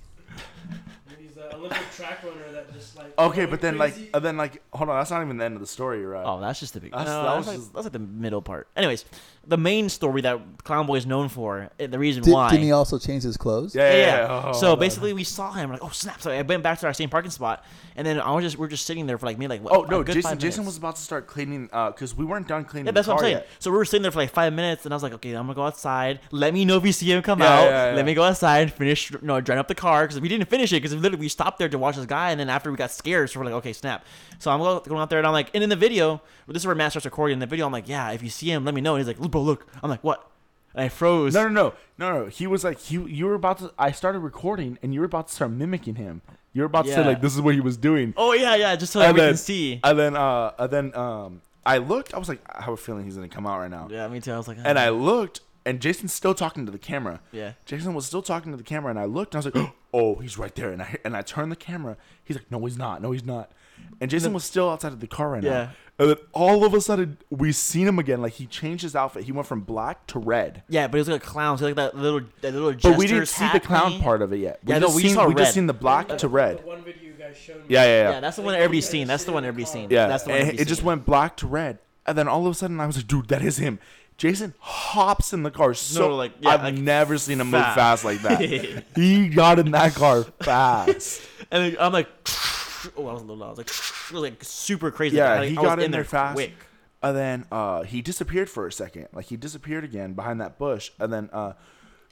Maybe he's that uh, Olympic track runner that just like.
Okay,
going
but then
crazy.
like, and then like, hold on, that's not even the end of the story, right?
Oh, that's just the big.
That's-
no,
that
that's,
was
like,
just-
that's like the middle part. Anyways, the main story that Clown Boy is known for, eh, the reason
Did,
why.
Didn't he also change his clothes?
yeah, yeah.
yeah,
yeah.
yeah.
Oh,
so basically, we saw him like, oh snap! So I went back to our same parking spot, and then I was just we are just sitting there for like maybe like what,
oh
a
no,
good
Jason.
five
Jason was
minutes.
about to start cleaning, uh, because we weren't done cleaning.
Yeah, that's
the
what I'm
car
saying.
yet.
So we were sitting there for like five minutes, and I was like, okay, I'm gonna go outside. Let me know if you see him come
Yeah,
out.
yeah, yeah.
Let me go outside and finish, no, drying up the car because we didn't finish it because literally we stopped there to watch this guy, and then after we got scared, so we're like, okay, snap. So I'm go- going out there, and I'm like, and in the video, this is where Matt starts recording. In the video, I'm like, yeah, if you see him, let me know. And he's like, bro, look. I'm like, what? And I froze.
No, no, no, no, no. He was like, he, you were about to. I started recording, and you were about to start mimicking him. You were about to
Yeah.
say like, this is what he was doing.
Oh yeah, yeah, just so that
and
we
then,
can see.
And then, uh, and then, um, I looked. I was like, I have a feeling he's gonna come out right now.
yeah, me too. I was like, oh.
And I looked, and Jason's still talking to the camera.
Yeah.
Jason was still talking to the camera, and I looked, and I was like, "Oh, he's right there." And I and I turned the camera. He's like, "No, he's not. No, he's not." And Jason was still outside of the car right
Yeah.
now. And then all of a sudden, we seen him again. Like he changed his outfit. He went from black to red.
yeah, but it was like a clown, so like that little, that little.
But we didn't
jester's
see the
hat
clown
thingy.
part of it yet. We
Yeah, no,
just
we
seen,
saw
we
red. Uh,
just seen the black
That's
to red.
The one video you guys showed me.
Yeah, yeah,
Yeah.
yeah.
that's the one everybody's seen. That's the one everybody's seen.
Yeah,
that's the one
and
everybody's
it just
seen.
went black to red. And then all of a sudden, I was like, "Dude, that is him." Jason hops in the car. So
like, yeah,
I've
like,
never seen him move
fast.
fast like that. he got in that car fast.
And then I'm like, oh, I was a little loud. I was like, it was like super crazy.
Yeah,
Like, I-
he
I was
got in, there fast.
quick.
And then uh, he disappeared for a second. Like he disappeared again behind that bush. And then uh,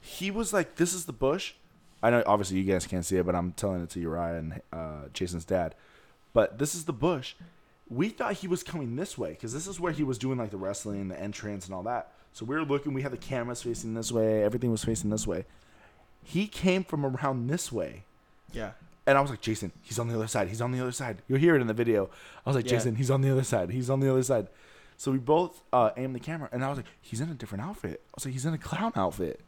he was like, "This is the bush." I know, obviously, you guys can't see it, but I'm telling it to Uriah and uh, Jason's dad. But this is the bush. We thought he was coming this way because this is where he was doing like the wrestling, the entrance, and all that. So we were looking. We had the cameras facing this way. Everything was facing this way. He came from around this way.
Yeah.
And I was like, Jason, he's on the other side. He's on the other side. You'll hear it in the video. I was like,
Yeah.
Jason, he's on the other side. He's on the other side. So we both uh, aimed the camera, and I was like, "He's in a different outfit." I was like, "He's in a clown outfit."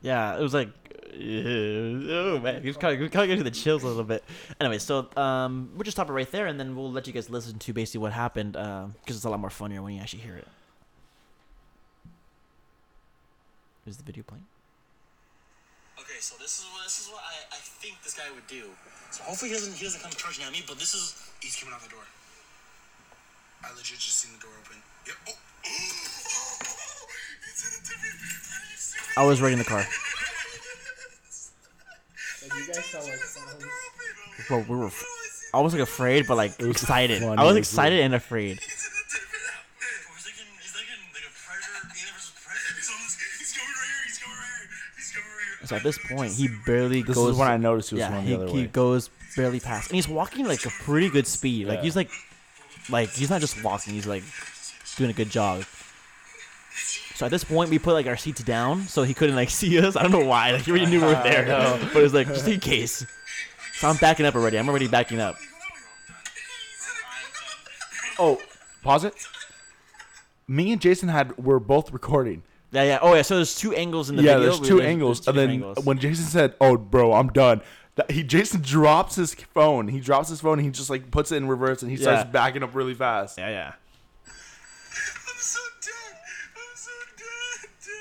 Yeah, it was like, ew, oh man, he was kind of, kind of getting the chills a little bit. Anyway, so um, we'll just stop it right there, and then we'll let you guys listen to basically what happened, because it's a lot more funnier when you actually hear it. Is the video playing?
Okay, so this is what this is what I, I think this guy would do. So hopefully he doesn't he doesn't come charging at me, but this is he's coming out the door. I legit just seen the door open. Yep. Oh.
It's in a different. Have you seen it?
I was right in the car.
Like, you guys sound like clowns.
Well, we were. F- I was like afraid, but like excited.
funny,
I was
it was
excited and afraid.
It's in a different outfit.
Or he's thinking he's thinking like a predator, universe predator.
He's almost. He's coming right here. He's coming right here. He's coming right here.
So at
I
this
literally
point,
just
he
seen him.
barely
This
goes.
is when I noticed he was
yeah,
going
he,
the other
he
way.
goes barely past, and he's walking like a pretty good speed. Like he's like, like he's not just walking; he's like doing a good jog. So at this point, we put like our seats down so he couldn't like see us. I don't know why. Like he already knew we were there, but it's like just in case. So I'm backing up already. I'm already backing up.
Oh, pause it. Me and Jason had were both recording.
Yeah, yeah. Oh yeah. So there's two angles in the
yeah,
video.
there's
We-
two angles,
two
and then
different angles.
when Jason said, "Oh, bro, I'm done," that he Jason drops his phone. He drops his phone. And he just like puts it in reverse, and he
Yeah.
starts backing up really fast.
yeah, yeah.
I'm so dead. I'm so dead, dude.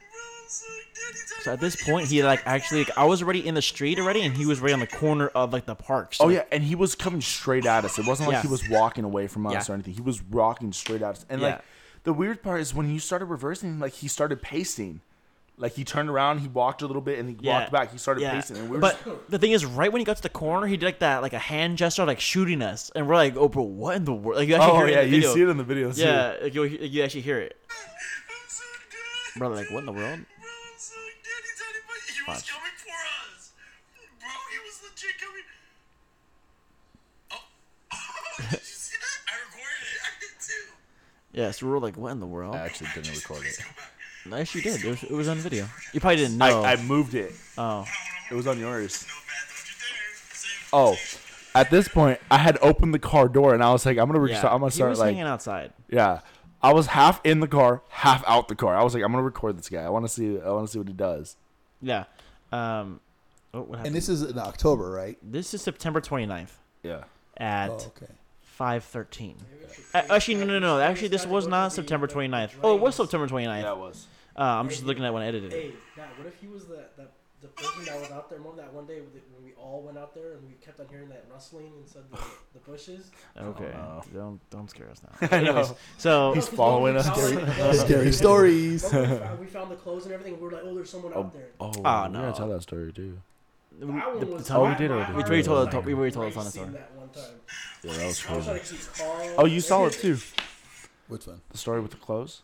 Bro, I'm so dead. He's
So at this point, he like actually, like, I was already in the street already, and he was right on the corner of like the park. So
Oh yeah, and he was coming straight at us. It wasn't like
Yeah.
he was walking away from us
Yeah.
or anything. He was walking straight at us. And
Yeah.
like the weird part is when you started reversing, like he started pacing. Like he turned around, he walked a little bit, and he walked back. He started pacing, and we were
but
just,
the thing is, right when he got to the corner, he did like that, like a hand gesture, like shooting us, and we're like, "Oh, bro, what in the world?" Like, you actually
oh
hear
yeah,
it in the
you
video.
see it in the video too.
Yeah, like, you you actually hear it,
I'm so dead.
bro. Like, what in the world?
Bro, I'm so dead. He's out of my. He was
Watch.
coming for us. Bro, he was legit coming. Oh, did you see that? I recorded it. I did too.
Yeah, so we were like, "What in the world?"
I actually didn't record it.
Yes, you did. It was, it was on video. You probably didn't know.
I, I moved it.
oh,
It was on yours.
No, man, don't you dare. Save
Oh, at this point, I had opened the car door, and I was like, I'm gonna, re-
yeah.
I'm gonna
he
start
was
like,
hanging outside.
yeah. I was half in the car, half out the car. I was like, I'm gonna record this guy. I want to see, I want to see what he does.
Yeah. Um. Oh, what happened?
And this is in October, right?
this is September 29th
Yeah.
at
Oh, okay.
5:13.
Maybe we should
Uh,
freeze
Actually, no,
that-
no, no.
maybe we
Actually, this
start
was
looking
not
the,
September
uh,
29th. Oh, it was
drains.
September 29th. Uh,
was.
I'm just looking at when I edited it.
Hey, Matt, what if he was the, the, the person that was out there? Remember that one day with the- when we all went out there and we kept on hearing that rustling inside the, the bushes?
Okay.
know.
Don't don't scare us now. Anyways, so
He's following us.
Scary stories.
Remember Oh, we found- we found the clothes and everything. and We were like, oh, there's someone out there.
Oh,
Ah,
we gotta
no.
tell that story too.
That one
the-
was-
the time-
Oh, we did already.
we
heart
already told
was,
the-
like,
we already told the Tana
racing
story.
that one time.
Yeah, that was
I was trying
crazy.
to keep calm.
Oh, you saw it too.
Which one?
The story with the clothes.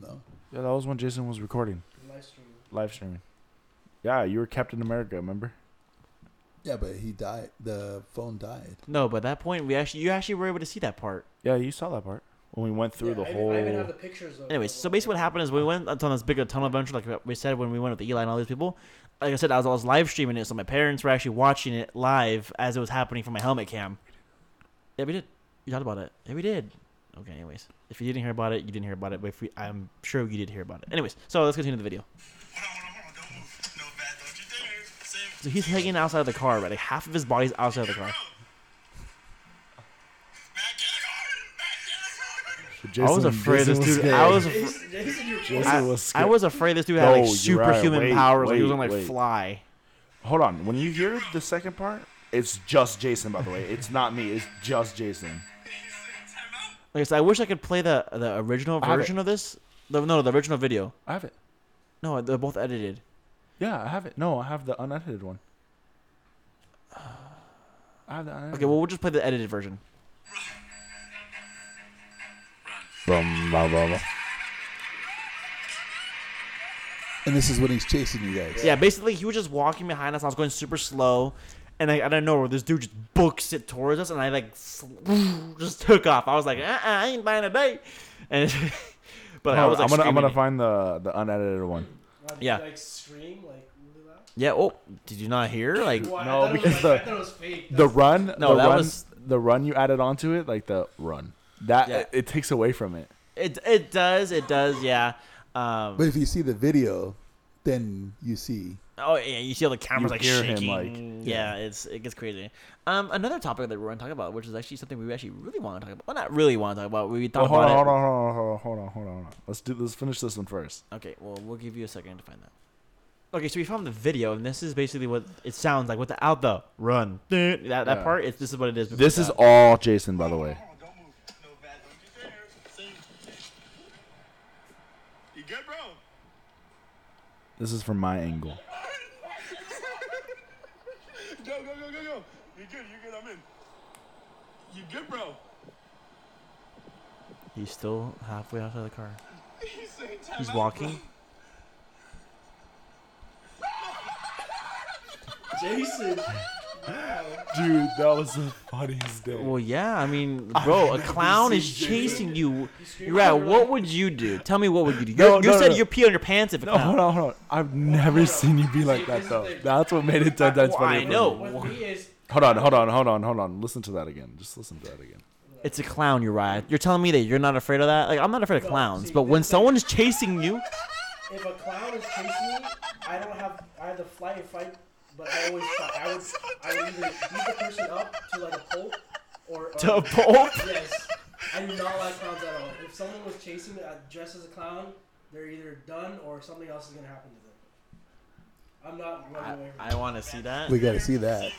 No.
Yeah, that was when Jason was recording,
Live stream.
live streaming. Yeah, you were Captain America, remember?
Yeah, but he died. The phone died.
No, but at that point we actually you actually were able to see that part.
Yeah, you saw that part when we went through
Yeah,
the
I, even-
whole.
I even have the pictures of
Anyways,
of
so
all
basically what
that.
happened is we went on this bigger tunnel adventure, like we said when we went with Eli and all these people. Like I said, I was, I was live streaming it, so my parents were actually watching it live as it was happening from my helmet cam. Yeah, we did. You talked about it. Yeah, we did. Okay, anyways. If you didn't hear about it, you didn't hear about it. But if we, I'm sure you did hear about it. Anyways, so let's continue the video.
Hold on, hold on, hold on. Don't move. No, man, don't you dare. Save.
So he's hanging outside of the car, right? Like half of his body's outside of the car.
Matt, get in the car. Matt, get
I
Jason-
in the car.
was afraid
Jason
this dude.
scared.
I was. af-
Jason, Jason, you
Jason
I,
was
I
scared.
was afraid this dude had like
No, you're right.
superhuman
Wait,
powers. like he was
wait,
gonna like
wait.
fly.
Hold on. When you hear the second part, it's just Jason. By the way, it's not me. It's just Jason.
Time out.
Like I said, I wish I could play the the original
I have it.
version of this. The, no, the original video.
I have it.
No, they're both edited.
Yeah, I have it. No, I have the unedited one. I have the unedited.
Okay, well we'll just play the edited version.
one.
And this is when he's chasing you guys.
Yeah, basically he was just walking behind us. I was going super slow, and I, I don't know where this dude just books it towards us, and I like just took off. I was like, uh-uh, I ain't buying a day. And but I was like,
Oh, I'm gonna I'm gonna
screaming.
find the the unedited one.
Like,
Yeah.
Like scream, like really loud.
Yeah. Oh, did you not hear? Like,
Why- I
no,
thought it was
because
like-
the-
I thought it was fake.
The run.
No,
the
that
run,
was-
the run you added onto it, like the run. That
Yeah.
it, it takes away from it.
It it does. It does. Yeah. Um,
But if you see the video, then you see.
oh yeah, you see all the cameras like
hear him,
shaking.
like,
yeah, it's it gets crazy. Um, another topic that we're gonna talk about, which is actually something we actually really want to talk about. Well, not really want to talk about. We thought
Oh, hold, on,
about
hold
it.
on, hold on, hold on, hold on, hold on, hold on. Let's do. Let's finish this one first.
Okay, well, we'll give you a second to find that. Okay, so we found the video, and this is basically what it sounds like without the run. That, that
Yeah.
part, it's, this is what it is. before
This is
that.
all Jason, by the way.
Hold on, don't move. No bad. Don't you dare. Sing. You good, bro?
This is from my angle.
Go, go, go, go, go. You good? You good? I'm in. You good, bro?
He's still halfway outside the car.
He's saying time
He's
out,
walking.
Jason.
Dude, that was the funniest day.
Well, yeah, I mean, bro, a clown is chasing you. You're at, what would you do? Tell me what would you do?
No,
you you
no,
said
no.
you pee on your pants if a
no,
clown.
Oh, hold on, hold on. I've never seen you be like
This
that
is
though.
the-
That's what made it ten times
Well,
funnier.
I
for
know.
me.
With me is
Hold on, hold on, hold on, hold on. Listen to that again. Just listen to that again.
It's a clown, Uriah. You're telling me that you're not afraid of that? Like, I'm not afraid of
No,
clowns,
see,
but when
this-
someone is chasing you,
if a clown is chasing me, I don't have I have the flight or fight, but I always fight. I would I would either beat the person up to like a pulp or, or
to a pole.
Yes. I do not like clowns at all. If someone was chasing me uh, dressed as a clown, they're either done or something else is gonna happen to them. I'm not running
I,
away from
I want to see that.
We got to see that.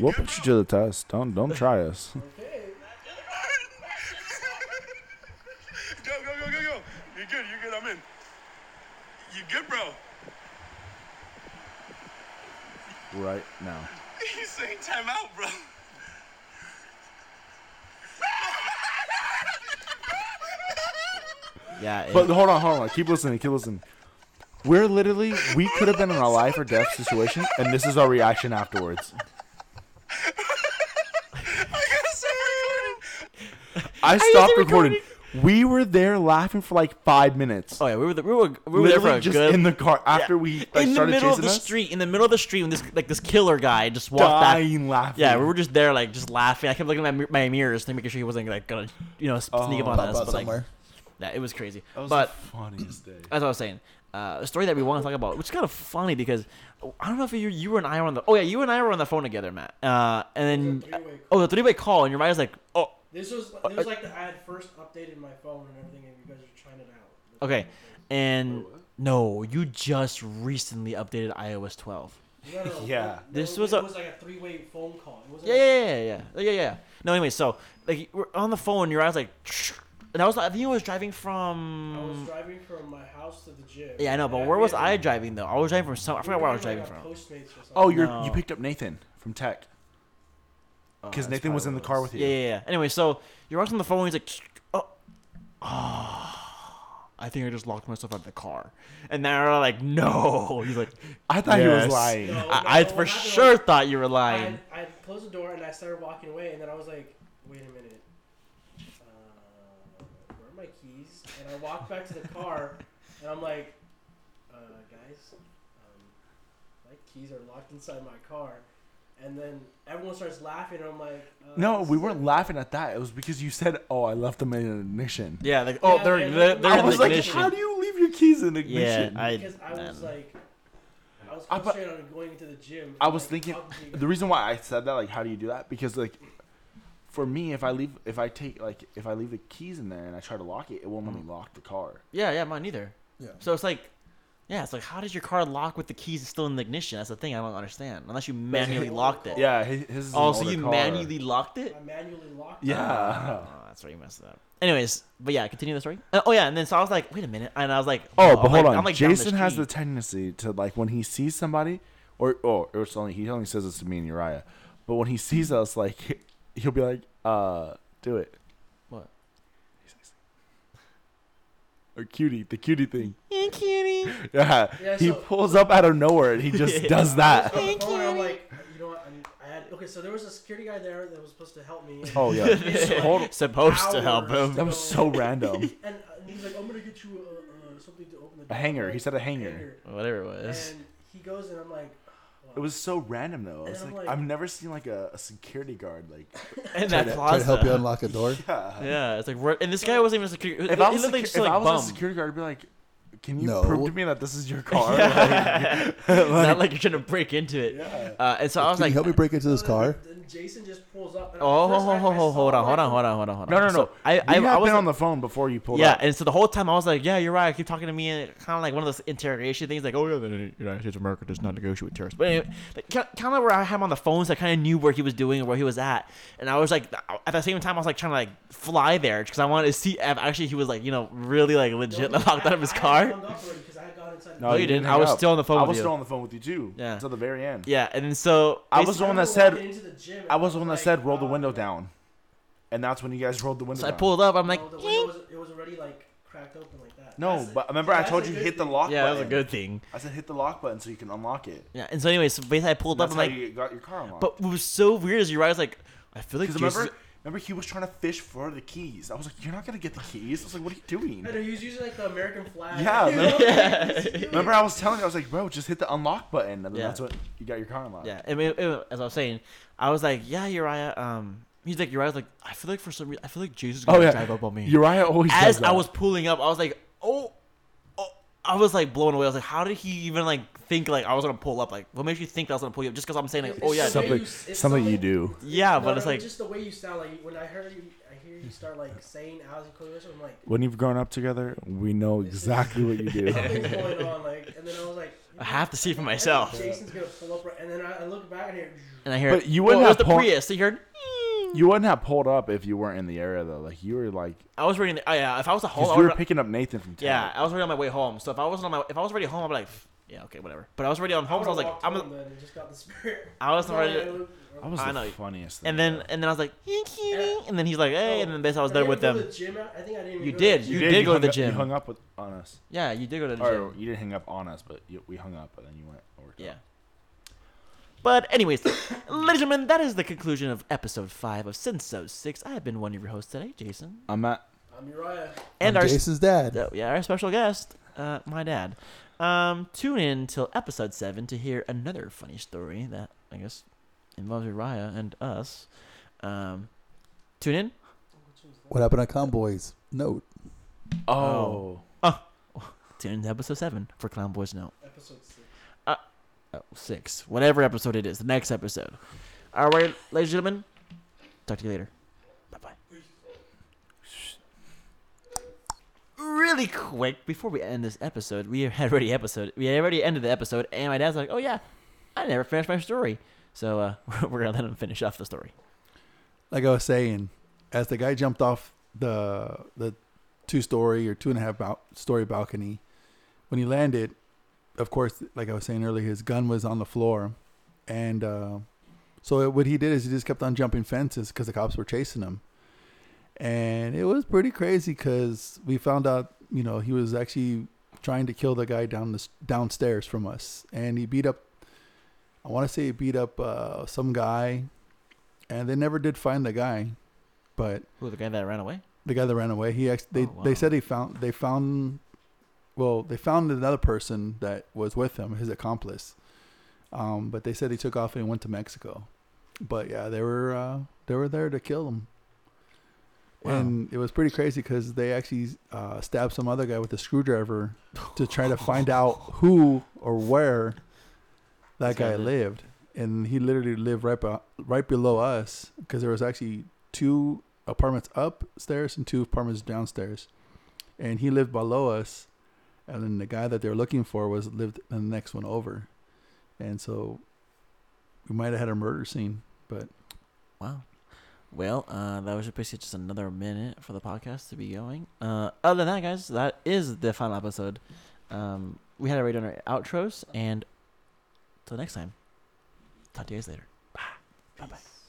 We'll put you to the test. Don't don't try us.
Okay.
Go, go, go, go, go. You good? You good? I'm in. You good, bro?
right now.
He's saying time out, bro.
Yeah, it-
But hold on, hold on. Keep listening. Keep listening. We're literally we could have been in a life or death situation, and this is our reaction afterwards. I stopped recording. We were there laughing for like five minutes.
oh yeah, we were the, we were we were there
literally
for a
just
good
in the car after we like,
in the
started
middle of
chasing
the
us,
street, in the middle of the street, when this like this killer guy just walked back.
dying laughing.
Yeah, we were just there, like just laughing. I kept looking at my, my mirrors to making sure he wasn't like gonna, you know, sp- sneak up
Oh.
on
Pop
us.
out
But like,
somewhere.
yeah, it was crazy.
That was
but
the funniest day.
as I was saying, uh, a story that we want to talk about, which is kind of funny because I don't know if you you and I were on the oh yeah you and I were on the phone together, Matt. Uh, and
It was a
then
three-way
oh the three way call, and your mind was like oh
This was this was like the, I had first updated my phone and everything, and you guys are trying it out.
okay, and no, you just recently updated iOS 12.
No, no, no,
Yeah.
it-
This
it
was
it
a-
was like a three-way phone call. It was
Yeah, yeah, yeah, yeah, yeah, yeah, yeah. No, anyway, so like we're on the phone, your eyes like, and I was I think I was driving
I was
from.
driving from my house to the gym.
Yeah, I know, but
And
where was
yeah,
I driving though? I was driving from some. I
we were
forgot where I was
like
driving
a
from.
Postmates or something.
Oh, you
No.
you picked up Nathan from tech because Oh,
that's
Nathan was
probably
in the
what it
car with you.
Yeah, yeah, yeah. Anyway, so you're watching the phone. He's like, oh, oh, I think I just locked myself out of the car. And they're like, no. He's like,
I thought he
Yes.
was lying.
Oh, No, no,
I, I
what
for
happened was
sure thought you were
I,
lying.
had- I had closed the door and I started walking away, and then I was like, wait a minute, uh, where are my keys? And I walked back to the car, and I'm like, uh, guys, um, my keys are locked inside my car. And then everyone starts laughing, and I'm like, uh,
No,
this
we
is
weren't
like-
laughing at that. It was because you said, "Oh, I left them in an ignition."
Yeah, like, oh,
Yeah,
they're
yeah,
they're, they're
I
in
I
the
was like,
ignition.
"How do you leave your keys in
yeah,
ignition?"
I,
Because I was like, I was
I bu-
concentrated on going to the gym.
I
and,
was
like,
thinking
updating-
the reason why I said that, like, how do you do that? Because like, for me, if I leave, if I take like, if I leave the keys in there and I try to lock it, it won't let me lock the car.
yeah, yeah, mine either.
Yeah.
So it's like, yeah, it's like, how does your car lock with the keys still in the ignition? That's the thing I don't understand. Unless you manually locked it.
Yeah, his, his is an
Oh, so
older
you
car.
manually locked it?
I manually locked. it.
Yeah.
Oh, that's where you messed it up. Anyways, but yeah, continue the story. Uh, oh yeah, and then so I was like, wait a minute, and I was like,
Oh,
I'm
but hold
like-
on.
I'm like down
Jason has the
street.
tendency to like when he sees somebody, or or or it's only he only says this to me and Uriah, but when he sees
Hmm.
us, like he'll be like, "Uh, do it."
What?
Or cutie, the cutie thing.
Hey, cutie.
Yeah,
Yeah,
he
so-
pulls up out of nowhere and he just does that.
On the
Thank
phone,
you.
I'm like, you know what? I'm, I had okay. So there was a security guy there that was supposed to help me. And,
Oh yeah,
It's like
Supposed to help
hours
him.
that was so random.
and, uh, and he's like, I'm gonna get you uh, uh, something to open the.
A hanger. He said a hanger.
whatever it was.
And he goes and I'm like, oh,
It was so random though. I was
And I'm
like,
like-
I've never seen like a, a security guard like.
in
Try
that
to, try
plaza.
to help you unlock a door.
yeah.
Yeah, it's like we're- and this guy wasn't even a security.
If I
he
was,
looked like
secu-
just
if
like
I was
bum.
a security guard, I'd be like, "Can you
No.
prove to me that this is your car?" Like-
Not like you're gonna break into it. Uh, and so I was
Can
like,
you help me break into this
Then-
car?
uh, Then Jason just pulls up. And
Oh,
at
ho,
first
ho,
I-
ho,
I
ho,
saw,
hold on,
like,
hold on, hold on, hold on, hold on.
no, no, no.
So I, I,
we had
I was
been on the phone before you pulled
yeah,
up.
and so the whole time I was like, yeah, you're right. I keep talking to me and kind of like one of those interrogation things, like, oh yeah, the United States of America does not negotiate with terrorists. But anyway, kind of where I had him on the phone, so I kind of knew where he was doing and where he was at. And I was like, at the same time, I was like trying to like fly there because I wanted to see if actually he was like, you know, really like legit
Don't-
locked out of his
I- I
car.
hung up already 'cause I had gone inside
No,
the-
you didn't.
hang
I was
up.
still on the phone
I
with
was
you.
still on the phone with you too.
Yeah.
Until the very end.
Yeah, and then so
I was the
basically-
one
I
that
remember walking
said
into the gym and
I was the one that
like,
said roll the
uh,
window down, and that's when you guys rolled the window.
So I
down.
pulled up. I'm like,
no, the
"Ying."
window was, it was already like cracked open like that.
No,
That's a-
but remember
yeah,
I
that's
told
a
you
good
hit the
thing.
lock.
yeah, that was a
button.
good thing.
I said hit the lock button so you can unlock it.
Yeah, and so anyway, so basically I pulled up.
That's
I'm
how
like,
you got your car unlocked.
but what was so weird is you're right. I was like, I feel like
Because
Jesus.
remember, remember he was trying to fish for the keys. I was like, "You're not gonna get the keys." I was like, "What are you doing?"
I know, he was using like the American flag.
Yeah,
You know?
remember-
Like, he's doing-
Remember, I was telling you, I was like, "Bro, just hit the unlock button," and then
Yeah.
that's what you got your car unlocked.
Yeah, I mean, it- it- as I was saying, I was like, yeah, Uriah. Um, he's like, Uriah's like, I feel like for some reason, I feel like Jesus is gonna
Oh yeah.
drive up on me.
Uriah always does
As
that.
I was pulling up, I was like, oh, oh, I was like blown away. I was like, how did he even like think like I was gonna pull up? Like, what makes you think I was gonna pull you up? Just because I'm saying like,
It's
oh yeah,
the way
Something-
you s- it's
something
the
you
way-
do.
yeah,
No,
but
no,
it's like,
just the way you sound. Like when I heard you, I hear you start like saying Alex and Cody Russell. I'm like,
When you've grown up together, we know exactly what you do.
something's going on. Like, and then I was like,
I have to see for
I think
myself.
Jason's gonna pull up, right, and then I, I look back and here.
And I hear,
But you
well,
wouldn't
it was
have
the
pull-
Prius. So you heard.
you wouldn't have pulled up if you weren't in the area though. Like you were like,
I was reading. The, oh yeah, if I was a whole,
because
I
you
would,
were picking up Nathan from town.
yeah, I was already on my way home. So if I wasn't on my, if I was already home, I'd be like, yeah, okay, whatever. But I was already on home, so I was like,
walked
I'm,
home
a,
then and just got the spirit.
I was
No,
already.
I look-
I was
I
the
know.
funniest. Thing
And then and then I was like, "Hey, cutie," and then he's like, hey,
no,
and then basically I was
I
there
didn't
with
go to
them.
the gym. I I think I didn't. Even
You
go to
did.
the
You
gym.
did go to
hung
the
up-
gym.
You hung up with, on us,
Yeah, you did go to the gym.
or you didn't hang up on us, but you, we hung up, and then you went. and worked out.
Yeah. But anyways, ladies and gentlemen, that is the conclusion of episode five of Senso Six. I have been one of your hosts today, Jason,
I'm at.
I'm Uriah.
and
I'm
our
Jason's dad.
uh, yeah our special guest, uh, my dad. Um, tune in till episode seven to hear another funny story that I guess involves Uriah and us. Um, tune in.
What happened at Conboys? Note.
Oh. Tune in to episode seven for Clown Boys Note.
Episode six.
oh, six, whatever episode it is, the next episode. All right, ladies and gentlemen, talk to you later. Bye bye. Really quick, before we end this episode, we had already episode, we had already ended the episode, and my dad's like, "Oh yeah, I never finished my story," so uh, we're gonna let him finish off the story.
Like I was saying, as the guy jumped off the the two story or two and a half bal- story balcony, when he landed, of course, like I was saying earlier, his gun was on the floor, and uh, so what he did is he just kept on jumping fences because the cops were chasing him, and it was pretty crazy because we found out you know he was actually trying to kill the guy down the s- downstairs from us, and he beat up. I want to say he beat up uh, some guy, and they never did find the guy, but
Who the guy that ran away?
the guy that ran away. He actually they,
Oh, wow.
they said he found they found well they found another person that was with him, his accomplice. Um, but they said he took off and went to Mexico. But yeah, they were uh, they were there to kill him.
Wow.
And it was pretty crazy because they actually uh, stabbed some other guy with a screwdriver to try to find out who or where that
This guy
guy
lived.
lived. And he literally lived right be- right below us because there was actually two apartments upstairs and two apartments downstairs. And he lived below us. And then the guy that they were looking for was lived in the next one over. And so we might have had a murder scene, but
Wow. Well, uh, that was basically just another minute for the podcast to be going. Uh, other than that, guys, that is the final episode. Um, we had already done our outros, and till next time, talk to you guys later. Bye. Bye bye.